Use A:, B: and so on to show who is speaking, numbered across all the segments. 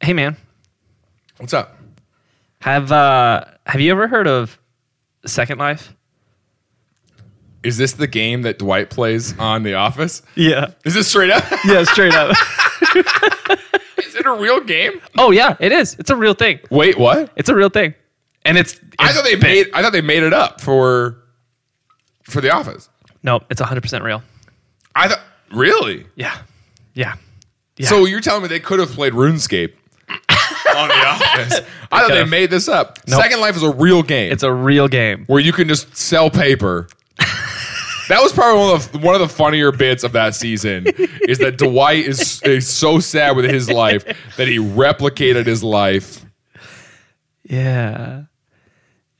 A: Hey man,
B: What's up?
A: have uh have you ever heard of Second Life?
B: Is this the game that Dwight plays on The Office?
A: Yeah.
B: Is this straight up?
A: Yeah, straight up.
B: Is it a real game?
A: oh yeah, it is. It's a real thing.
B: Wait, what?
A: It's a real thing. And it's,
B: I
A: it's
B: thought they
A: big.
B: made I thought they made it up for for The Office.
A: No, it's 100% real.
B: I thought really.
A: Yeah. Yeah. Yeah.
B: So you're telling me they could have played RuneScape on The Office? I thought they
A: could've.
B: made this up. Second Life is a real game
A: It's a real game.
B: where you can just sell paper. that was probably one of the, one of the funnier bits of that season is that Dwight is, is so sad with his life that he replicated his life.
A: Yeah.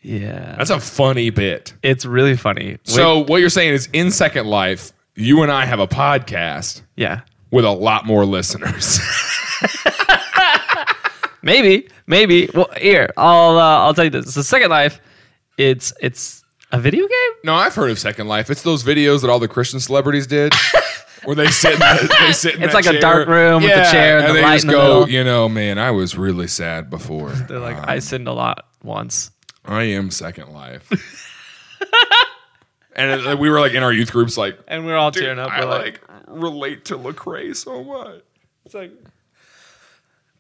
A: Yeah.
B: That's a funny bit.
A: It's really funny. Wait-
B: So what you're saying is in Second Life, you and I have a podcast
A: yeah.
B: with a lot more listeners.
A: Maybe, maybe. Well, here, I'll uh, I'll tell you this. So Second Life, it's it's a video game?
B: no, I've heard of Second Life. It's those videos that all the Christian celebrities did. Where they sit, in the, they sit. In
A: It's
B: that
A: like a
B: chair.
A: dark room with a chair and the
B: they
A: light
B: just
A: in the
B: go,
A: middle.
B: you know, man, I was really sad before. Uh,
A: They're like I sinned a lot once.
B: I am Second Life. and it- we were like in our youth groups, like,
A: And we're all
B: dude,
A: tearing up.
B: I
A: We're like,
B: like, relate to Lecrae so much.
A: it's like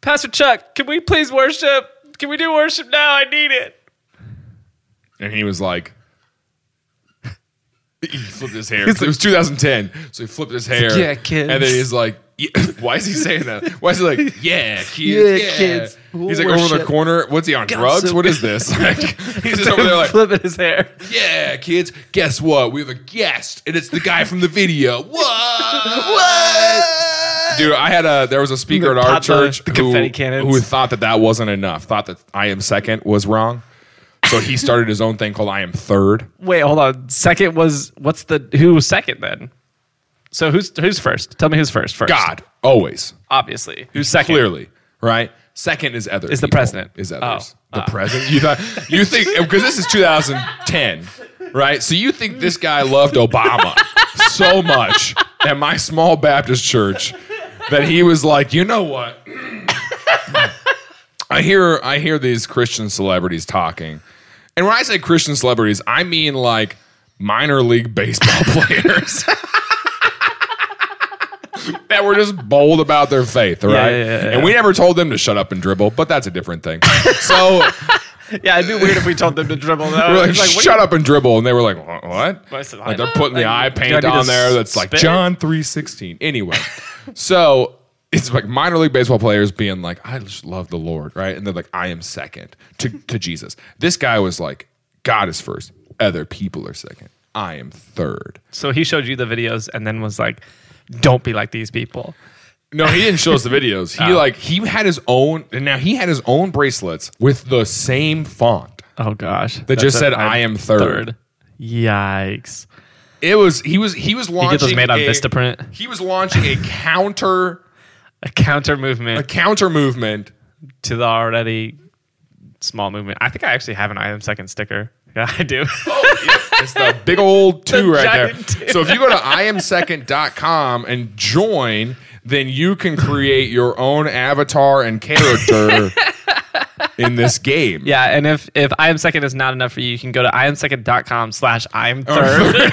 A: Pastor Chuck, can we please worship? Can we do worship now? I need it.
B: And he was like, he flipped his hair. it was 2010, so he flipped his hair.
A: "Yeah, kids."
B: And then he's like, yeah. why is he saying that? Why is he like, yeah, kids? Yeah,
A: Yeah, kids. We'll
B: he's like over in the
A: worship.
B: corner. What's he on drugs?
A: some-
B: What is this? Like, he's just over there like,
A: flipping his hair.
B: Yeah, kids, guess what? We have a guest, and it's the guy from the video. What? what? Dude, I had a there was a speaker at our
A: Pop the-
B: church
A: the
B: who,
A: confetti cannons.
B: who thought that that wasn't enough. Thought that I am second was wrong. So he started his own thing called I am third.
A: Wait, hold on. Second was what's the who was second then? So who's who's first? Tell me who's first. First,
B: God, always.
A: obviously. Who's second?
B: Clearly, right? Second is others.
A: Is the
B: people,
A: president.
B: Is
A: Oh,
B: others. the president? You thought you think because this is 2010, right? So you think this guy loved Obama so much at my small Baptist church that he was like, you know what? I hear I hear these Christian celebrities talking. And when I say Christian celebrities, I mean like minor league baseball players that were just bold about their faith, right?
A: yeah, yeah, yeah.
B: And we never told them to shut up and dribble, but that's a different thing. So
A: Yeah, it'd be weird if we told them to dribble. Though.
B: we're like,
A: It's what do you-
B: shut up and dribble, and they were like, "Wha- what?
A: I said,
B: Like they're putting the
A: like,
B: eye
A: do I
B: paint
A: need to
B: on there that's like
A: spit?
B: John three sixteen. Anyway, so it's like minor league baseball players being like, I just love the Lord, right? And they're like, I am second to to Jesus. This guy was like, God is first, other people are second. I am third.
A: So he showed you the videos and then was like, "Don't be like these people."
B: No, he didn't show us the videos.
A: Oh.
B: He like he had his own, and now he had his own bracelets with the same font
A: Oh gosh,
B: that just said, "I am third.
A: Yikes!
B: It was he was he was launching.
A: Get those made on
B: a-
A: Vistaprint.
B: He was launching a counter
A: A counter
B: a
A: movement
B: counter movement.
A: to the already small movement. I think I actually have an "I am second sticker. Yeah, I do.
B: Oh. It's the big old two right there.
A: giant two.
B: So if you go to iamsecond.com and join, then you can create your own avatar and character in this game.
A: yeah, and if if I am second is not enough for you, you can go to iamsecond.com slash I am third.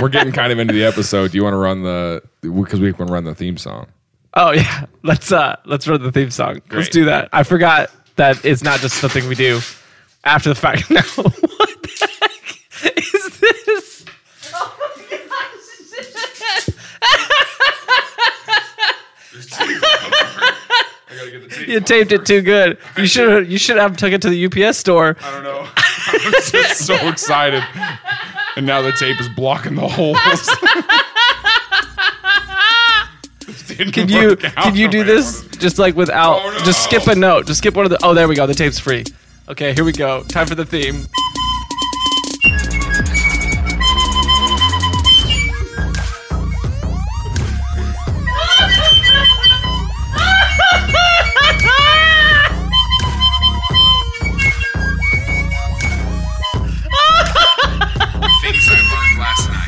B: We're getting kind of into the episode. Do you want to run the because we can run the theme song?
A: Oh yeah, let's uh let's run the theme song. Let's
B: Great.
A: do that. I forgot that it's not just something we do after the fact. No, what the heck is this?
B: I gotta get the
A: You taped it too good. You should you should have took it to the UPS store.
B: I don't know. I'm just so excited. And now the tape is blocking the holes.
A: Can you can you do this just like without
B: Oh, no.
A: just skip a note? Just skip one of the Oh, there we go. The tape's free. Okay, here we go. Time for the theme.
B: Things I learned last night.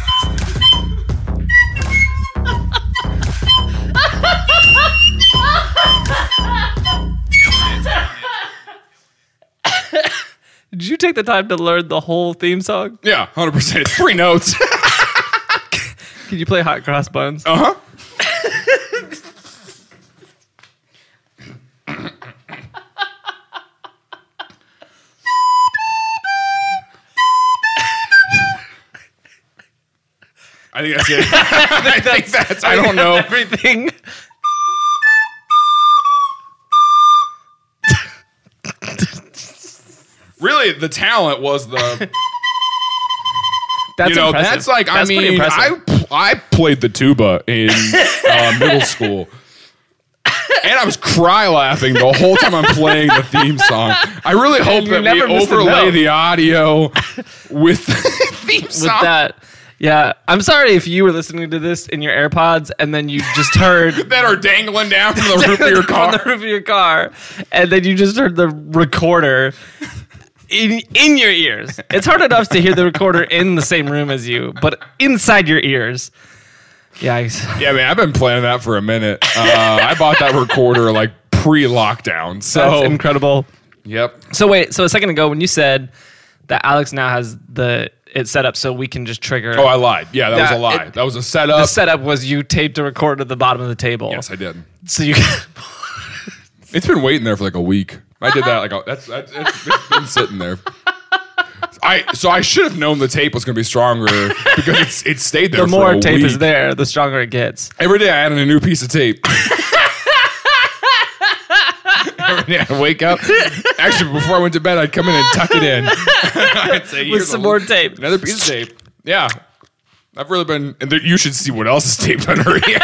A: take the time to learn the whole theme song?
B: Yeah, hundred percent. It's three notes.
A: Can you play Hot Cross Buns?
B: uh huh. I think that's it. I think that's. I don't know.
A: Everything.
B: Really, the talent was the.
A: That's
B: you know,
A: impressive.
B: that's like.
A: That's
B: I
A: pretty
B: mean,
A: impressive.
B: I pl- I played the tuba in uh, middle school, and I was cry laughing the whole time I'm playing the theme song. I really hope
A: you
B: that we
A: never miss a
B: overlay
A: note.
B: the audio with the theme
A: with
B: song.
A: that. Yeah, I'm sorry if you were listening to this in your AirPods and then you just heard
B: that are dangling down from the roof of your
A: on
B: car.
A: the roof of your car, and then you just heard the recorder in in your ears. It's hard enough to hear the recorder in the same room as you, but inside your ears. Yeah, I-
B: Yeah, man, I've been playing that for a minute. Uh, I bought that recorder like pre-lockdown.
A: that's
B: So,
A: incredible.
B: yep.
A: So wait, so a second ago when you said that Alex now has the it set up so we can just trigger.
B: Oh, I lied. Yeah, that, was
A: That-
B: a lie.
A: it-
B: that was a setup.
A: the setup was you taped a recorder to the bottom of the table.
B: yes, I did.
A: So you
B: It's been waiting there for like a week. I did that like a, that's, that's that's it's been sitting there. I so I should have known the tape was going to be stronger because it's it stayed there.
A: the more
B: for a
A: tape
B: week.
A: is there, the stronger it gets.
B: Every day I add in a new piece of tape. Every day I wake up. Actually, before I went to bed, I'd come in and tuck it in. I'd say,
A: With
B: "Here's
A: some
B: a-
A: more tape.
B: Another piece of tape. Yeah. I've really been. And there, you should see what else is taped on her ear.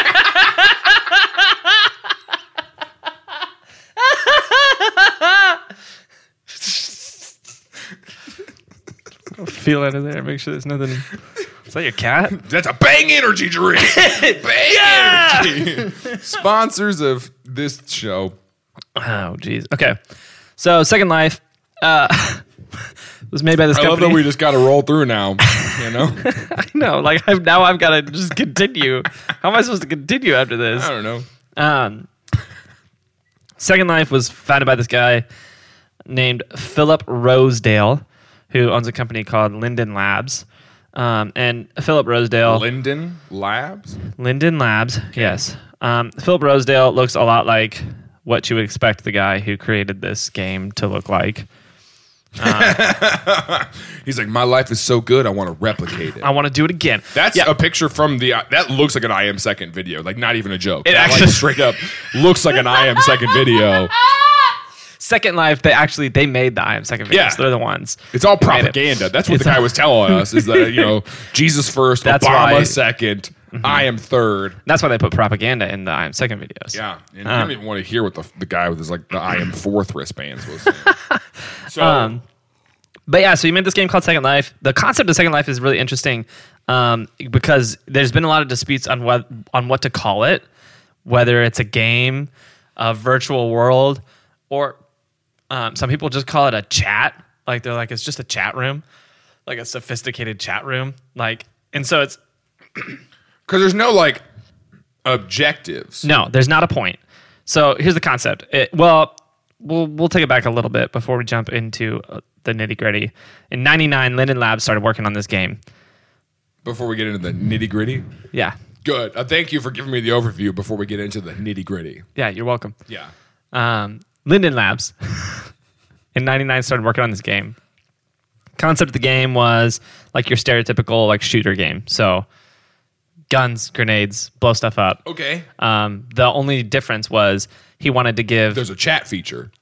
A: Feel out of there, make sure there's nothing. Is that your cat?
B: That's a bang energy drink. bang energy. Sponsors of this show.
A: Oh, geez. Okay. So, Second Life uh, was made by this
B: I love
A: company.
B: that we just got to roll through now. You know?
A: no, like I've, now I've got to just continue. How am I supposed to continue after this?
B: I don't know.
A: Um, Second Life was founded by this guy named Philip Rosedale, who owns a company called Linden Labs. Um, and Philip Rosedale,
B: Linden Labs.
A: Linden Labs, yes. Um, Philip Rosedale looks a lot like what you would expect the guy who created this game to look like.
B: He's like, my life is so good, I want to replicate it.
A: I want to do it again.
B: That's
A: yeah,
B: a picture from the. uh, that looks like an I am second video. Like not even a joke. It
A: actually-
B: like, straight up looks like an I am second video.
A: Second Life. They actually they made the I Am Second videos.
B: Yeah.
A: They're the ones.
B: It's all propaganda. That's what
A: It's
B: the guy
A: all-
B: was telling us. Is that you know Jesus first,
A: That's
B: Obama
A: why- Mm-hmm.
B: 2nd I am third.
A: That's why they put propaganda in the I Am Second videos.
B: Yeah, and
A: Uh-huh.
B: you didn't even want to hear what the, the guy with his like the I am fourth wristbands was. saying. so
A: Um, But yeah, so you made this game called Second Life. The concept of Second Life is really interesting um, because there's been a lot of disputes on what on what to call it, whether it's a game, a virtual world, or um, some people just call it a chat. Like they're like it's just a chat room, like a sophisticated chat room. Like and so it's
B: because there's no like objectives.
A: No, there's not a point. So here's the concept. It, well, we'll we'll take it back a little bit before we jump into uh, the nitty gritty. In '99, Linden Labs started working on this game.
B: Before we get into the nitty gritty,
A: Yeah,
B: good. Uh, thank you for giving me the overview before we get into the nitty gritty.
A: yeah, you're welcome.
B: Yeah,
A: Um, Linden Labs in '99 started working on this game. Concept of the game was like your stereotypical like shooter game. So guns, grenades, blow stuff up.
B: okay.
A: Um, the only difference was he wanted to give
B: There's a chat feature.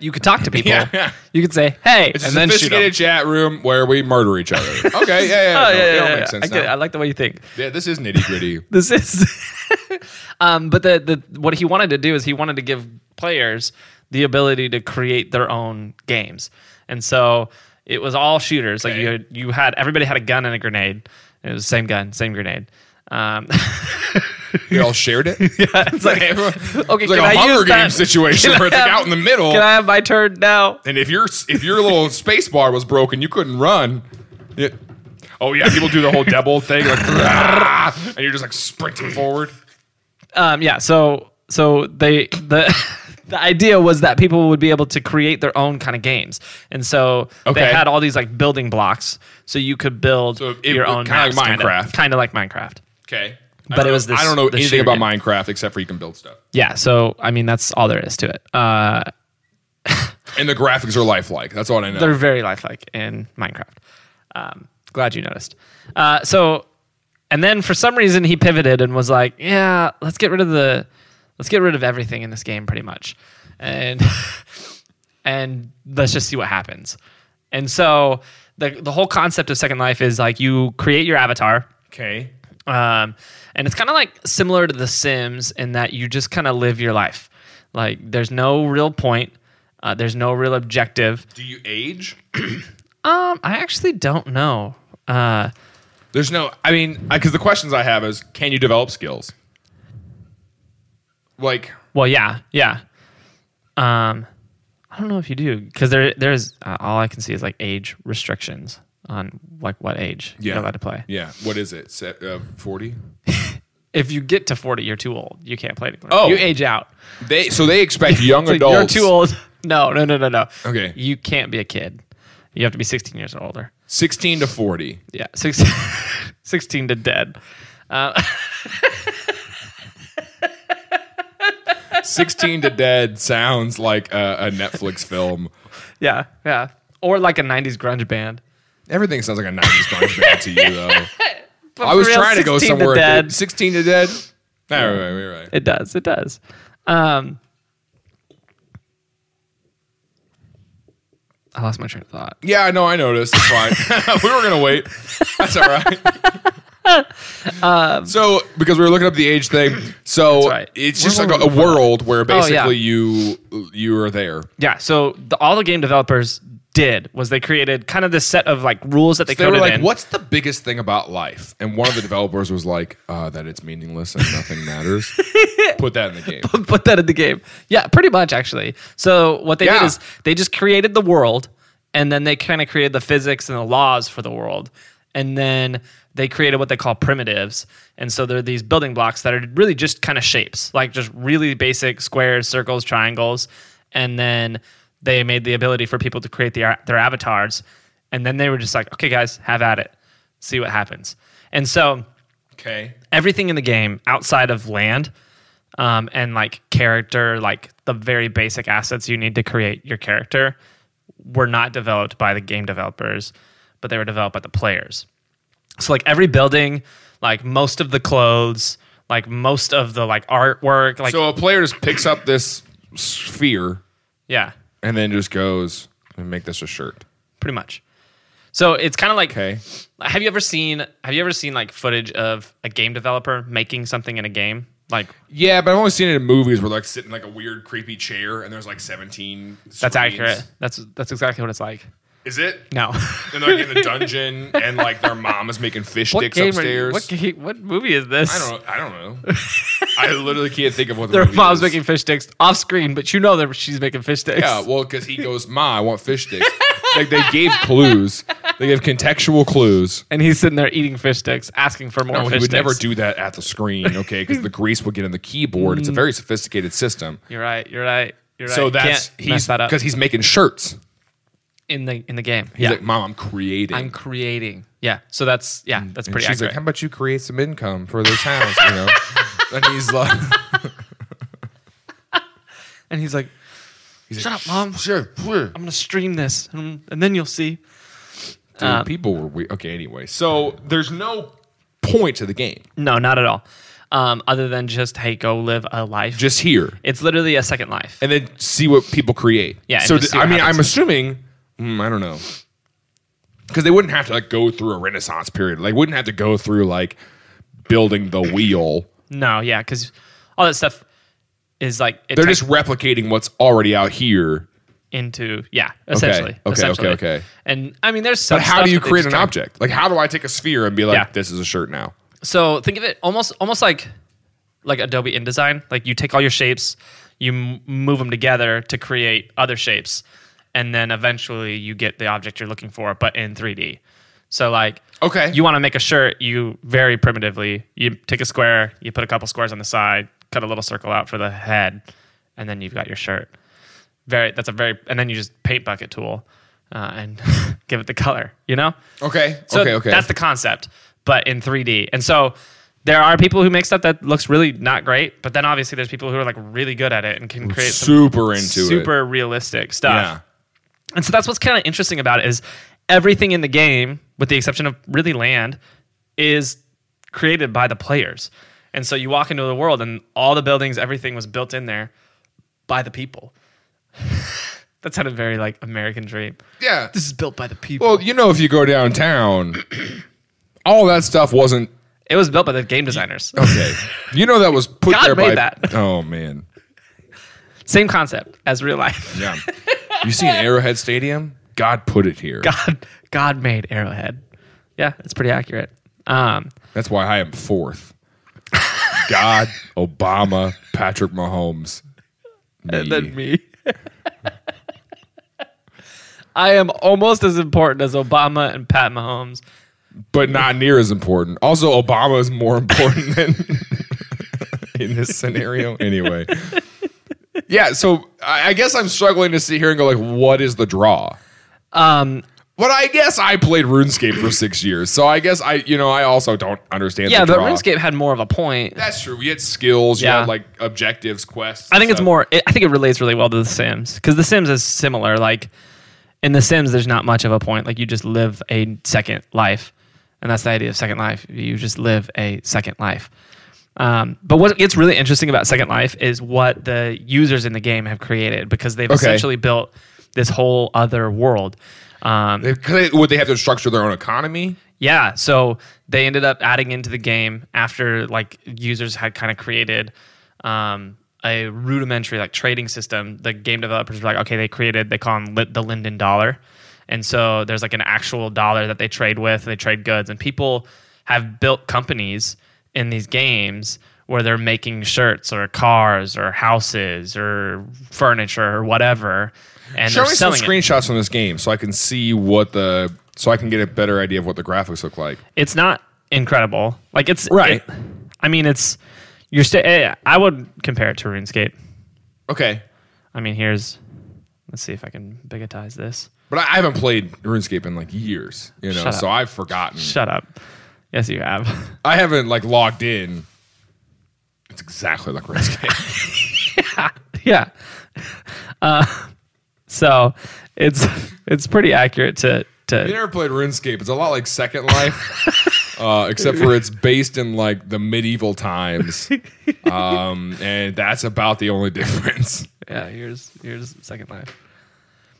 A: you could talk to people.
B: Yeah, yeah.
A: You could say, "Hey,"
B: It's
A: and
B: a
A: then shoot 'em.
B: sophisticated chat room where we murder each other. Okay, yeah, yeah,
A: Oh,
B: no,
A: yeah,
B: it
A: yeah,
B: all
A: yeah,
B: makes
A: yeah.
B: sense
A: I get it.
B: now.
A: I like the way you think.
B: Yeah, this is nitty gritty.
A: This is, um, but the the what he wanted to do is he wanted to give players the ability to create their own games, and so it was all shooters. Like you had, you had everybody had a gun and a grenade. And it was the same gun, same grenade. Um,
B: We all shared it.
A: it's like
B: Everyone-
A: okay,
B: it's like
A: can
B: a
A: I
B: Hunger
A: use
B: Games
A: that?
B: situation
A: Can I
B: where it's like
A: have-
B: out in the middle.
A: Can I have my turn now?
B: And if your if your little space bar was broken, you couldn't run. It- oh yeah, people do the whole devil thing, like, and you're just like sprinting forward.
A: Um, yeah. So so they the the idea was that people would be able to create their own kind of games, and so
B: Okay.
A: they had all these like building blocks, so you could build
B: So it
A: your
B: w-
A: own
B: kinda like Minecraft.
A: kind of like Minecraft.
B: Okay.
A: But it was this-
B: I don't know
A: the
B: anything
A: shooter
B: about
A: game.
B: Minecraft except for you can build stuff.
A: Yeah, so I mean that's all there is to it. Uh,
B: And the graphics are lifelike. That's all I know.
A: they're very lifelike in Minecraft. Um, glad you noticed. Uh, so, and then for some reason he pivoted and was like, "Yeah, let's get rid of the, let's get rid of everything in this game, pretty much, and and let's just see what happens." And so the the whole concept of Second Life is like you create your avatar.
B: okay.
A: Um, and it's kind of like similar to The Sims in that you just kind of live your life. Like there's no real point, uh, there's no real objective.
B: Do you age?
A: Um, I actually don't know. Uh,
B: There's no. I mean, because the questions I have is, can you develop skills? Like,
A: well, yeah, yeah. Um, I don't know if you do because there, there's uh, all I can see is like age restrictions on like what age
B: yeah,
A: you're allowed to play.
B: Yeah. What is it? uh, Forty.
A: If you get to forty, you're too old. You can't play anymore.
B: Oh.
A: you age out.
B: they so they expect young
A: It's like,
B: adults.
A: You're too old. No, no, no, no, no.
B: Okay.
A: you can't be a kid. You have to be 16 years or older.
B: Sixteen to forty.
A: Yeah, six, 16 to dead.
B: Sixteen to dead sounds like a, a Netflix film.
A: Yeah, yeah. Or like a 90s grunge band.
B: Everything sounds like a nineties grunge band to you, though.
A: But
B: I
A: for
B: was
A: real,
B: trying to go
A: 16
B: somewhere.
A: dead.
B: Sixteen to dead. No, right, right, right, right.
A: It does. It does. Um, I lost my train of thought.
B: Yeah, I know. I noticed. It's fine. we were gonna wait. That's all right. so, because we were looking up the age thing, so
A: Um, right.
B: it's
A: Where
B: just
A: were
B: like a, a world where basically
A: Oh, yeah.
B: you you are there.
A: Yeah. So the, all the game developers did was they created kind of this set of like rules that they
B: They
A: coded
B: were like,
A: in.
B: "What's the biggest thing about life?" And one of the developers was like, uh, "That it's meaningless and nothing matters." Put that in the game.
A: Put that in the game. Yeah, pretty much actually. So what they did
B: Yeah.
A: is they just created the world, and then they kind of created the physics and the laws for the world, and then they created what they call primitives. And so they're these building blocks that are really just kind of shapes, like just really basic squares, circles, triangles, and then they made the ability for people to create their their avatars, and then they were just like, okay, guys, have at it, see what happens. And so
B: Okay.
A: everything in the game outside of land um, and like character, like the very basic assets you need to create your character, were not developed by the game developers, but they were developed by the players. So like every building, like most of the clothes, like most of the like artwork, like
B: So a player just picks up this sphere
A: yeah,
B: and then just goes and make this a shirt.
A: pretty much. So it's kind of like
B: Okay.
A: have you ever seen have you ever seen like footage of a game developer making something in a game like
B: Yeah, but I've only seen it in movies where like sitting in like a weird creepy chair and there's like 17
A: that's
B: screens.
A: accurate. That's that's exactly what it's like.
B: Is it?
A: No.
B: And they're like in a dungeon and like their mom is making fish sticks
A: game are-
B: upstairs.
A: what, ga- what movie is this?
B: I don't know. I don't know. I literally can't think of what the
A: Their
B: movie
A: mom's
B: is.
A: making fish sticks off screen, but you know that she's making fish sticks.
B: Yeah, well, because he goes, Ma, I want fish sticks. like they gave clues. They gave contextual clues.
A: and he's sitting there eating fish sticks, asking for more
B: No, he
A: fish
B: would
A: sticks. Mm.
B: never do that at the screen, okay? Because the grease would get in the keyboard. It's a very sophisticated system.
A: You're right. You're right. You're right.
B: So that's
A: Can't mess
B: he's
A: that up
B: because he's making shirts.
A: in the in the game.
B: He's
A: yeah.
B: like, Mom, I'm creating.
A: I'm creating. Yeah. So that's yeah. That's
B: Mm. And
A: pretty
B: she's like,
A: accurate.
B: "How about you create some income for this house?" You know, and he's like,
A: and he's like,
B: he's
A: "Shut
B: like,
A: up, Mom.
B: Sure, sure."
A: I'm gonna stream this, and, and then you'll see."
B: Dude,
A: Um,
B: people were weird. Okay, anyway, so there's no point to the game.
A: No, not at all. Um, other than just hey, go live a life.
B: Just here,
A: it's literally a second life.
B: and then see what people create.
A: Yeah, and
B: So
A: just
B: d-
A: see what
B: I mean,
A: happens.
B: I'm assuming. mm, I don't know. Because they wouldn't have to like go through a Renaissance period. Like, wouldn't have to go through like building the wheel.
A: no, yeah, because all that stuff is like it
B: They're
A: takes-
B: just replicating what's already out here.
A: into yeah essentially
B: Okay, okay,
A: essentially.
B: okay.
A: and i mean there's some
B: But how
A: stuff
B: do you
A: that they
B: create
A: just
B: an
A: kinda-
B: object? Like, how do I take a sphere and be like,
A: Yeah.
B: "This is a shirt now"?
A: so think of it almost almost like like adobe indesign like you take all your shapes you m- move them together to create other shapes and then eventually you get the object you're looking for but in 3d so like
B: Okay.
A: you want to make a shirt you very primitively you take a square you put a couple squares on the side cut a little circle out for the head and then you've got your shirt. Very that's a very and then you just paint bucket tool uh, and give it the color. You know.
B: Okay.
A: So
B: okay. Okay.
A: That's the concept, but in 3D. And so there are people who make stuff that looks really not great, but then obviously there's people who are like really good at it and can create some
B: super into it.
A: super realistic stuff.
B: Yeah.
A: And so that's what's kind of interesting about it is everything in the game, with the exception of really land, is created by the players. And so you walk into the world and all the buildings, everything was built in there by the people. that sounded very like American dream.
B: Yeah.
A: This is built by the people.
B: Well, you know, if you go downtown, all that stuff wasn't
A: it was built by the game designers.
B: okay. You know that was put
A: God
B: there
A: made
B: by
A: that.
B: Oh man.
A: Same concept as real life.
B: Yeah. You see an Arrowhead Stadium? God put it here.
A: God, God made Arrowhead. Yeah, it's pretty accurate. Um,
B: That's why I am fourth. God, Obama, Patrick Mahomes.
A: and then
B: me.
A: me. I am almost as important as Obama and Pat Mahomes.
B: But not near as important. Also, Obama is more important than in this scenario. Anyway. Yeah, so I I guess I'm struggling to sit here and go like, what is the draw?
A: Um,
B: But I guess I played RuneScape for six years, so I guess I, you know, I also don't understand.
A: yeah,
B: the
A: but
B: draw.
A: RuneScape had more of a point.
B: That's true. We had skills. You
A: Yeah.
B: had like objectives, quests.
A: I think it's
B: stuff.
A: more. It, I think it relates really well to The Sims because The Sims is similar. Like in The Sims, there's not much of a point. Like you just live a second life, and that's the idea of Second Life. You just live a second life. Um, but what gets really interesting about Second Life is what the users in the game have created because they've essentially built this whole other world. Um,
B: They- could they- would they have to structure their own economy?
A: yeah, so they ended up adding into the game after like users had kind of created um, a rudimentary like trading system. The game developers were like, okay, they created they call them lit the Linden dollar, and so there's like an actual dollar that they trade with. They trade goods, and people have built companies in these games where they're making shirts or cars or houses or furniture or whatever, and
B: Show
A: they're
B: me some
A: selling it.
B: screenshots from this game so I can see what the so I can get a better idea of what the graphics look like.
A: it's not incredible. Like it's
B: Right.
A: it- I mean, it's you're. St- eh, I would compare it to RuneScape.
B: Okay,
A: I mean, here's. Let's see if I can bigotize this.
B: but I I haven't played RuneScape in like years, you know,
A: Shut up.
B: so I've forgotten.
A: Shut up. Yes, you have.
B: I haven't like logged in. It's exactly like RuneScape.
A: yeah. Uh, so it's it's pretty accurate to to.
B: you never played RuneScape. It's a lot like Second Life, uh, except for it's based in like the medieval times, um, and that's about the only difference.
A: yeah. Here's here's Second Life.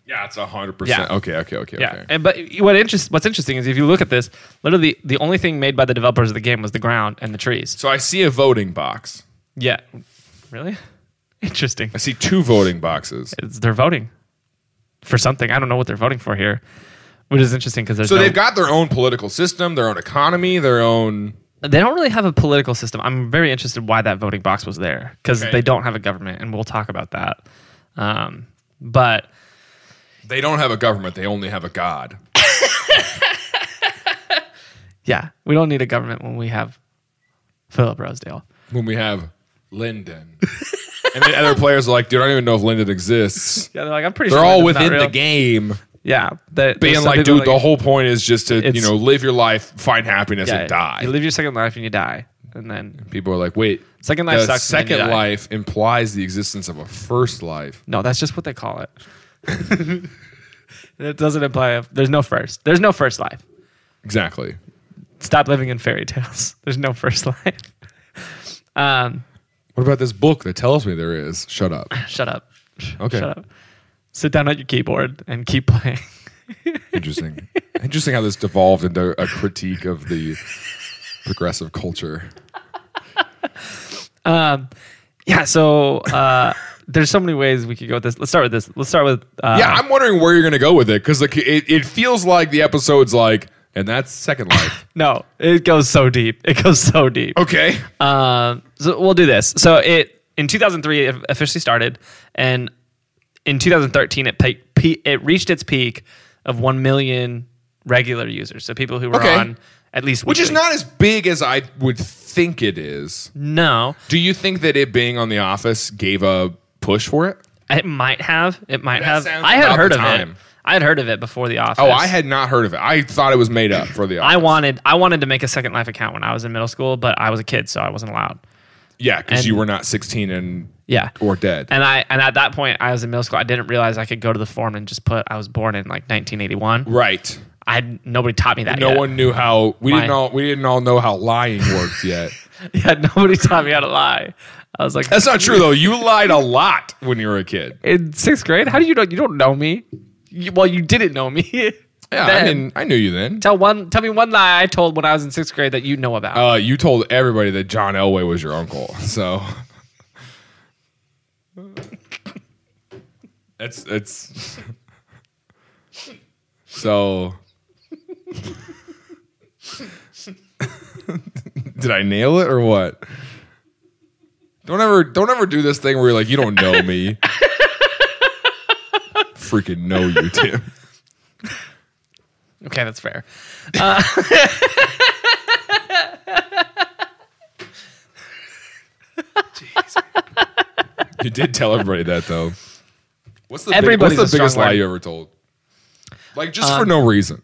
B: Yeah, it's hundred percent.
A: Yeah.
B: Okay, okay, okay,
A: Yeah,
B: okay.
A: and but what interest what's interesting is if you look at this, literally the only thing made by the developers of the game was the ground and the trees.
B: So I see a voting box.
A: Yeah, really interesting.
B: I see two voting boxes.
A: it's, they're voting for something. I don't know what they're voting for here, which is interesting because there's
B: So
A: no-
B: they've got their own political system, their own economy, their own.
A: they don't really have a political system. I'm very interested why that voting box was there because
B: Okay.
A: they don't have a government, and we'll talk about that. Um, but
B: They don't have a government. They only have a god.
A: yeah, we don't need a government when we have Philip Rosedale.
B: When we have Lyndon, and then other players are like, "Dude, I don't even know if Lyndon exists."
A: Yeah, they're like I'm pretty.
B: They're
A: sure
B: all
A: that's not
B: within the
A: real.
B: game,
A: Yeah, they
B: being like, "Dude, the whole point is just to you
A: It's-
B: know live your life, find happiness,
A: yeah,
B: and die."
A: You live your second life and you die, and then
B: People are like, "Wait,
A: Second life
B: the
A: sucks and then you
B: Second
A: die."
B: life implies the existence of a first life."
A: No, that's just what they call it. it doesn't imply a, there's no first. There's no first life.
B: Exactly.
A: Stop living in fairy tales. There's no first life. Um,
B: What about this book that tells me there is? Shut up.
A: shut up.
B: Okay.
A: Shut up. Sit down at your keyboard and keep playing.
B: Interesting. Interesting how this devolved into a critique of the progressive culture.
A: Um, yeah. So uh, there's so many ways we could go with this. Let's start with this. Let's start with uh,
B: Yeah, I'm wondering where you're going to go with it because like it, it feels like the episode's like, and that's Second Life.
A: no. It goes so deep. It goes so deep.
B: okay.
A: Um, so we'll do this. So it in 2003 it officially started, and in 2013 it pe- pe- it reached its peak of 1 million regular users. So people who were
B: Okay.
A: on at least
B: Which is
A: weekly.
B: not as big as I would think it is.
A: no.
B: Do you think that it being on The Office gave a push for it?
A: It might have. It might
B: That
A: have.
B: sounds
A: I had
B: about
A: heard
B: the
A: of it.
B: time.
A: I had heard of it before the office.
B: Oh, I had not heard of it. I thought it was made up for the.
A: I
B: Office.
A: wanted. I wanted to make a Second Life account when I was in middle school, but I was a kid, so I wasn't allowed.
B: yeah, because
A: and-
B: you were not 16 and
A: Yeah.
B: or dead.
A: And I and at that point, I was in middle school. I didn't realize I could go to the form and just put I was born in like 1981.
B: right.
A: I nobody taught me that.
B: No
A: yet.
B: one knew how we didn't
A: My-
B: all we didn't all know how lying worked yet.
A: Yeah, nobody taught me how to lie. I was like,
B: That's not true though. You lied a lot when you were a kid.
A: in sixth grade. How do you know? You don't know me. You, well, you didn't know me. Yeah,
B: Yeah, I didn't. I knew you then.
A: Tell one. Tell me one lie I told when I was in sixth grade that you know about.
B: Uh, you told everybody that John Elway was your uncle. So it's it's so. Did I nail it or what? Don't ever don't ever do this thing where you're like you don't know me. Freaking know you, Tim.
A: okay, that's fair.
B: You did tell everybody that though. What's the, big-
A: Everybody's
B: what's
A: a
B: the biggest
A: strong Um,
B: lie
A: word.
B: you ever told? Like just for no reason.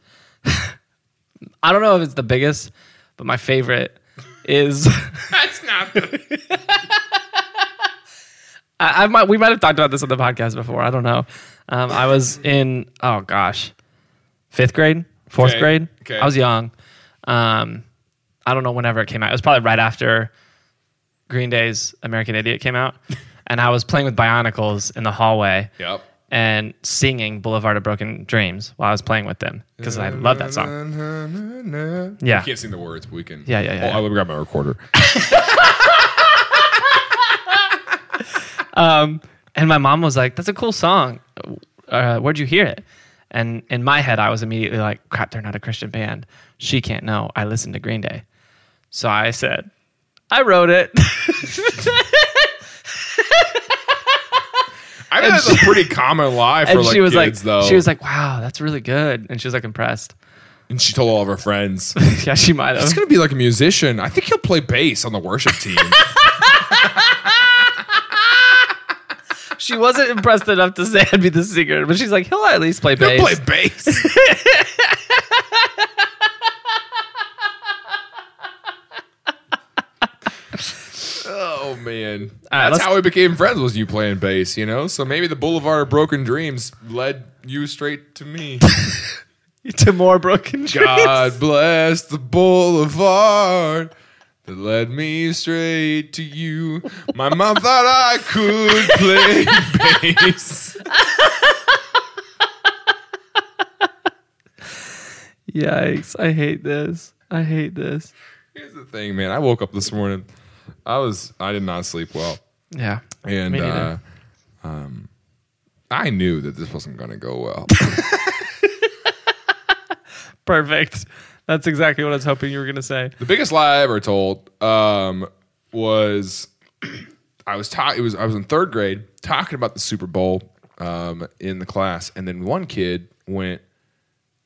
A: I don't know if it's the biggest, but my favorite is
B: That's not.
A: I, I might we might have talked about this on the podcast before. I don't know. Um, I was in oh gosh, fifth grade, fourth
B: Okay,
A: grade.
B: okay.
A: I was young. Um, I don't know whenever it came out. It was probably right after Green Day's American Idiot came out, and I was playing with Bionicles in the hallway.
B: Yep.
A: And singing Boulevard of Broken Dreams while I was playing with them because I love that song. Yeah.
B: We can't sing the words, but we can.
A: Yeah, yeah, yeah,
B: Oh,
A: yeah.
B: I would grab my recorder.
A: And my mom was like, "That's a cool song. Uh, where'd you hear it?" And in my head, I was immediately like, "Crap, they're not a Christian band. She can't know. I listened to Green Day." So I said, "I wrote it."
B: I mean, that's a pretty common lie for
A: and
B: like
A: she was like,
B: kids, though.
A: "She was like, wow, that's really good." And she was like impressed.
B: and she told all of her friends,
A: yeah, she might
B: "He's
A: have.
B: gonna be like a musician. I think he'll play bass on the worship team."
A: She wasn't impressed enough to say I'd be the singer, but she's like, "He'll at least play
B: He'll
A: bass."
B: play bass. oh man,
A: All right,
B: that's
A: let's-
B: how we became friends. Was you playing bass? You know, so maybe the Boulevard of Broken Dreams led you straight to me.
A: to more broken dreams.
B: God bless the boulevard that led me straight to you. My mom thought I could play bass.
A: Yikes! I hate this. I hate this.
B: Here's the thing, man. I woke up this morning. I was I did not sleep well.
A: Yeah.
B: And
A: Me
B: uh,
A: neither.
B: um I knew that this wasn't gonna go well.
A: Perfect. That's exactly what I was hoping you were gonna say.
B: the biggest lie I ever told um, was I was ta- it was I was in third grade talking about the Super Bowl um, in the class, and then one kid went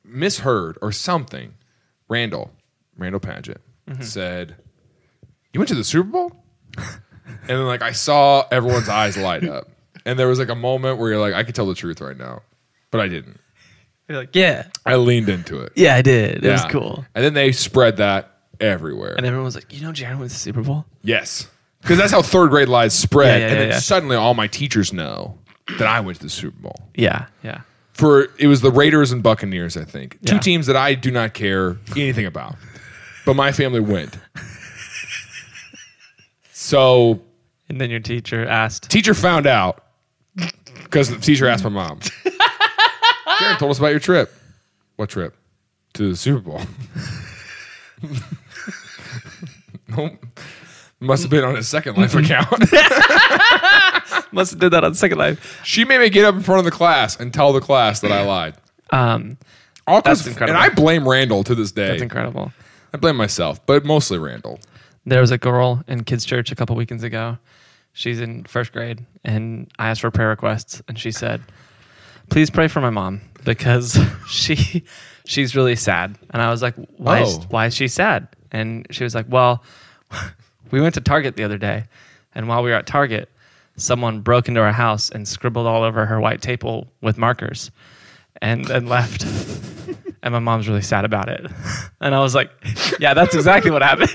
B: misheard or something. Randall, Randall Paget
A: Mm-hmm.
B: said, "You went to the Super Bowl," and then like I saw everyone's eyes light up, and there was like a moment where you're like, I could tell the truth right now, but I didn't.
A: You're like, yeah,
B: I leaned into it.
A: yeah, I did. It was
B: Yeah.
A: cool.
B: And then they spread that everywhere.
A: And everyone was like, you know, Jaron wins the Super Bowl.
B: Yes. Because that's how third grade lies spread.
A: Yeah, yeah,
B: and
A: yeah,
B: then
A: yeah.
B: suddenly all my teachers know that I went to the Super Bowl.
A: Yeah, yeah.
B: For it was the Raiders and Buccaneers, I think.
A: Yeah.
B: Two teams that I do not care anything about. But my family went. So
A: And then your teacher asked,
B: teacher found out because the teacher asked my mom. Karen told us about your trip. What trip? To the Super Bowl. nope. Must have been on his second life account.
A: "Must have did that on Second Life."
B: She made me get up in front of the class and tell the class that I lied.
A: Um,
B: All 'cause-
A: That's incredible.
B: And I blame Randall to this day.
A: that's incredible.
B: I blame myself, but mostly Randall.
A: There was a girl in kids' church a couple weekends ago. She's in first grade, and I asked for prayer requests, and she said, "Please pray for my mom because she she's really sad." And I was like, "Why? Is,
B: Oh.
A: Why is she sad?" And she was like, "Well, we went to Target the other day, and while we were at Target, someone broke into her house and scribbled all over her white table with markers and then left. and my mom's really sad about it. And I was like, yeah, that's exactly what happened.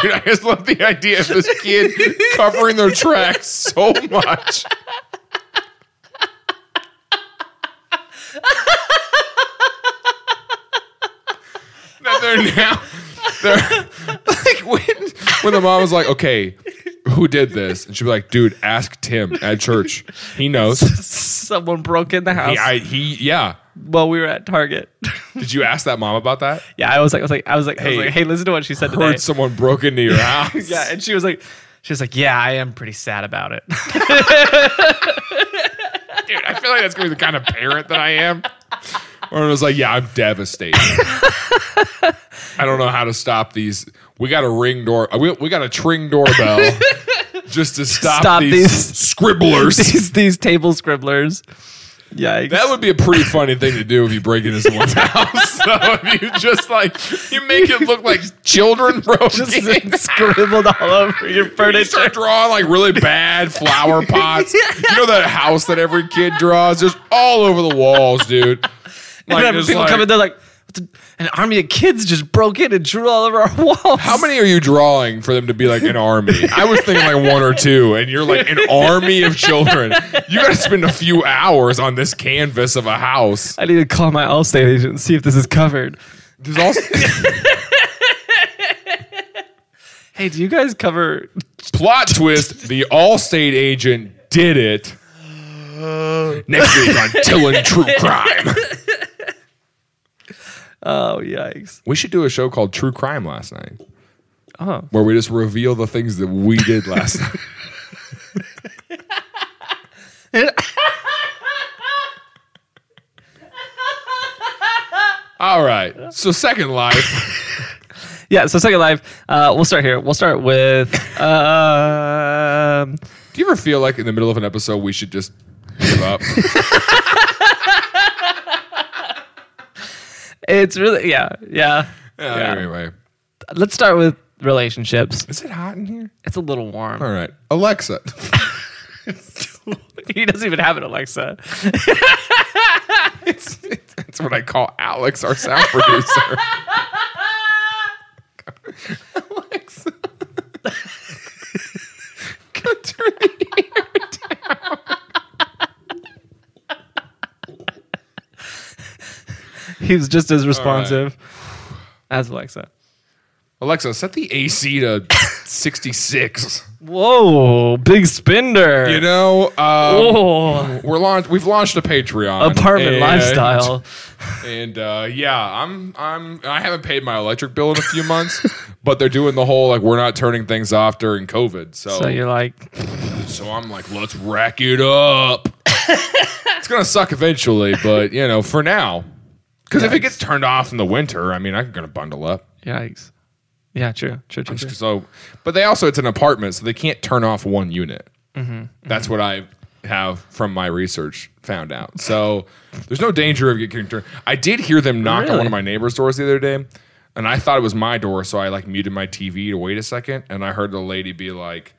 B: Dude, I just love the idea of this kid covering their tracks so much. that they're now they're like when when the mom was like, okay, who did this? And she'd be like, dude, ask Tim at church. He knows.
A: someone broke in the house
B: He, I, he yeah.
A: while we were at Target.
B: Did you ask that mom about that?
A: yeah, I was like, I was like, I was like, hey, I
B: Hey,
A: was like, hey listen to what she said today.
B: Heard someone broke into your house.
A: Yeah, and she was like, she was like, yeah, I am pretty sad about it.
B: Dude, I feel like that's gonna be the kind of parent that I am. Or it was like, yeah, I'm devastated. I don't know how to stop these. We got a ring door. uh, We, we got a tring doorbell just to stop,
A: Stop
B: these,
A: these-
B: scribblers.
A: these these table scribblers. Yeah,
B: that would be a pretty funny thing to do if you break into someone's house. So if you just like you make it look like children broke
A: just
B: in.
A: scribbled all over your
B: You
A: furniture.
B: start drawing like really bad flower pots. You know that house that every kid draws, just all over the walls, dude.
A: and then
B: just,
A: people come in, they're like, "What the- an army of kids just broke in and drew all over our walls.
B: How many are you drawing for them to be like an army? I was thinking like one or two, and you're like an army of children. You got to spend a few hours on this canvas of a house.
A: I need to call my Allstate agent and see if this is covered.
B: There's also
A: Hey, do you guys cover?
B: plot twist: the Allstate agent did it. Next week on Tilling True Crime,
A: Oh, yikes!
B: we should do a show called True Crime last night,
A: Oh,
B: where we just reveal the things that we did last night. All right. So, Second Life.
A: yeah. So Second Life. Uh, we'll start here. We'll start with. um
B: Do you ever feel like in the middle of an episode we should just give up?
A: it's really yeah yeah.
B: Yeah, Anyway,
A: Let's start with relationships.
B: is it hot in here?
A: It's a little warm.
B: All right, Alexa.
A: he doesn't even have an Alexa.
B: That's what I call Alex, our sound producer. Alexa, go turn the air
A: He's just as responsive as Alexa.
B: Alexa, set the AC to 66.
A: Whoa, big spender.
B: You know, um,
A: oh,
B: we're launched. We've launched a Patreon
A: apartment
B: and-
A: lifestyle.
B: and uh, yeah, I'm I'm I haven't paid my electric bill in a few months, but they're doing the whole like we're not turning things off during COVID. So
A: So you're like,
B: so I'm like, let's rack it up. it's gonna suck eventually, but you know, for now, because if it gets turned off in the winter, I mean, I'm gonna bundle up.
A: yikes. Yeah, true, true, true. true.
B: So, but they also it's an apartment, so they can't turn off one unit. That's what I have from my research found out. So there's no danger of getting turned. I did hear them knock on one
A: Really?
B: of my neighbor's doors the other day, and I thought it was my door, so I like muted my TV to wait a second, and I heard the lady be like,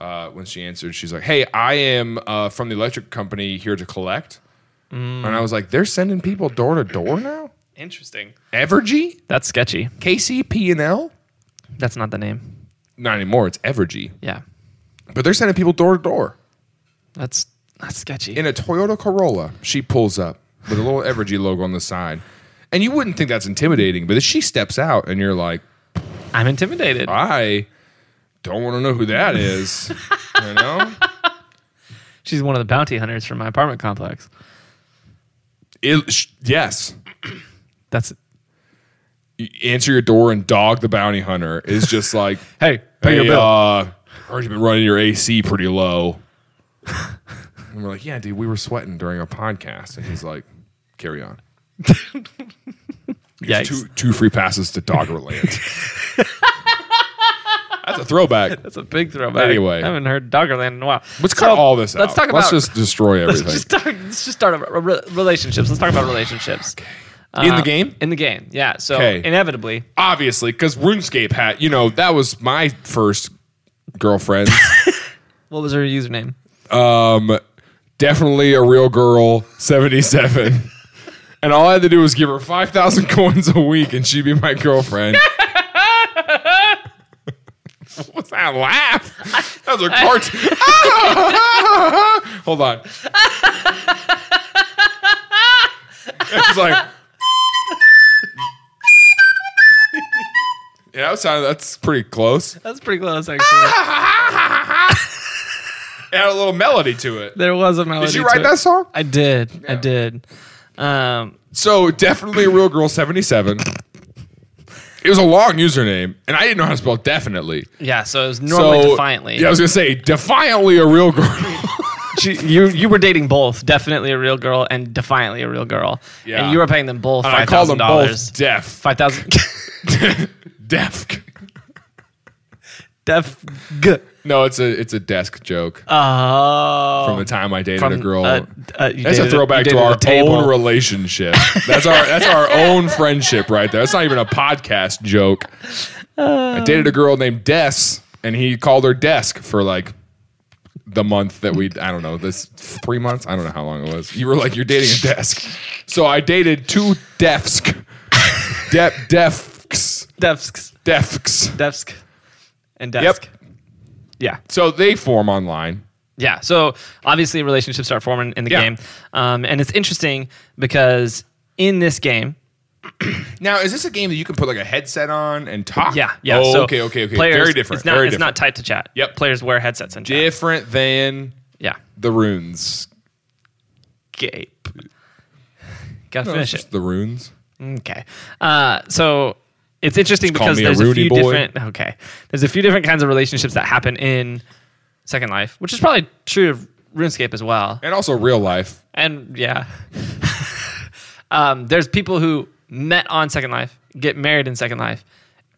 B: uh, when she answered, she's like, "Hey, I am uh, from the electric company here to collect," and I was like, "They're sending people door to door now."
A: Interesting.
B: Evergy,
A: That's sketchy.
B: KCP and L.
A: That's not the name.
B: Not anymore. It's Evergy.
A: Yeah,
B: But they're sending people door to door.
A: that's that's sketchy.
B: In a Toyota Corolla, she pulls up with a little Evergy logo on the side. And you wouldn't think that's intimidating, but if she steps out and you're like,
A: I'm intimidated.
B: I don't want to know who that is, you know?
A: She's one of the bounty hunters from my apartment complex.
B: It, sh- yes.
A: That's
B: You answer your door and dog the bounty hunter is just like,
A: hey, pay
B: hey,
A: your bill.
B: uh, heard you've been running your AC pretty low. and we're like, yeah, dude, we were sweating during a podcast. And he's like, carry on.
A: Yikes.
B: two two free passes to Doggerland. That's a throwback.
A: that's a big throwback.
B: Anyway.
A: I haven't heard Doggerland in a while.
B: Let's
A: So,
B: cut all this out.
A: Let's talk
B: Let's
A: about
B: just destroy everything.
A: Let's just talk, let's just start a- re- relationships. Let's talk about relationships.
B: In the
A: Uh,
B: game?
A: In the game, yeah. So
B: 'Kay.
A: inevitably,
B: Obviously, because RuneScape hat. You know that was my first girlfriends.
A: What was her username?
B: um, definitely a real girl, 77. And all I had to do was give her 5,000 coins a week and she'd be my girlfriend. What's that laugh? That was a cartoon. Hold on. It was like. Yeah, that sounded, that's pretty close. It
A: That's pretty close,
B: Ah!
A: actually.
B: had a little melody to it.
A: there was a melody.
B: Did you
A: to
B: write
A: it.
B: that song?
A: I did. I did. Um,
B: So definitely a real girl 77. It was a long username, and I didn't know how to spell definitely.
A: yeah. So it was normally
B: so,
A: defiantly.
B: Yeah, I was gonna say defiantly a real girl.
A: She, you you were dating both, definitely a real girl and defiantly a real girl.
B: Yeah.
A: And you were paying them both
B: I
A: five
B: called them
A: thousand
B: both
A: dollars.
B: deaf.
A: Five thousand.
B: Def.
A: Def. G.
B: No, it's a it's a desk joke
A: Oh.
B: from the time I dated
A: from,
B: a girl.
A: uh, uh, you
B: that's a
A: dated- you
B: throwback to
A: dated
B: our
A: the table.
B: own relationship. That's our that's our own friendship right there. That's not even a podcast joke. I dated a girl named Des, and he called her Desk for like the month that we I don't know this three months I don't know how long it was. You were like you're dating a desk, so I dated two Defsk, De- Defs,
A: Defs.
B: Defs.
A: Desk. And desk. Yeah.
B: So they form online.
A: Yeah. So obviously, relationships start forming in the
B: Yeah.
A: game, um, and it's interesting because in this game,
B: Now, is this a game that you can put like a headset on and talk?
A: yeah, yeah.
B: Oh,
A: so
B: okay, okay, okay.
A: Players,
B: Very different.
A: It's not.
B: very
A: it's
B: different.
A: not tied to chat.
B: Yep.
A: Players wear headsets and chat.
B: different than
A: yeah.
B: the runes.
A: Gape. Gotta
B: It's
A: finish it.
B: just the runes.
A: Okay. Uh, so it's interesting
B: call
A: because
B: me a
A: there's a,
B: Rudy
A: few
B: boy.
A: different okay. There's a few different kinds of relationships that happen in Second Life, which is probably true of RuneScape as well.
B: And also real life.
A: And yeah. um, there's people who met on Second Life, get married in Second Life,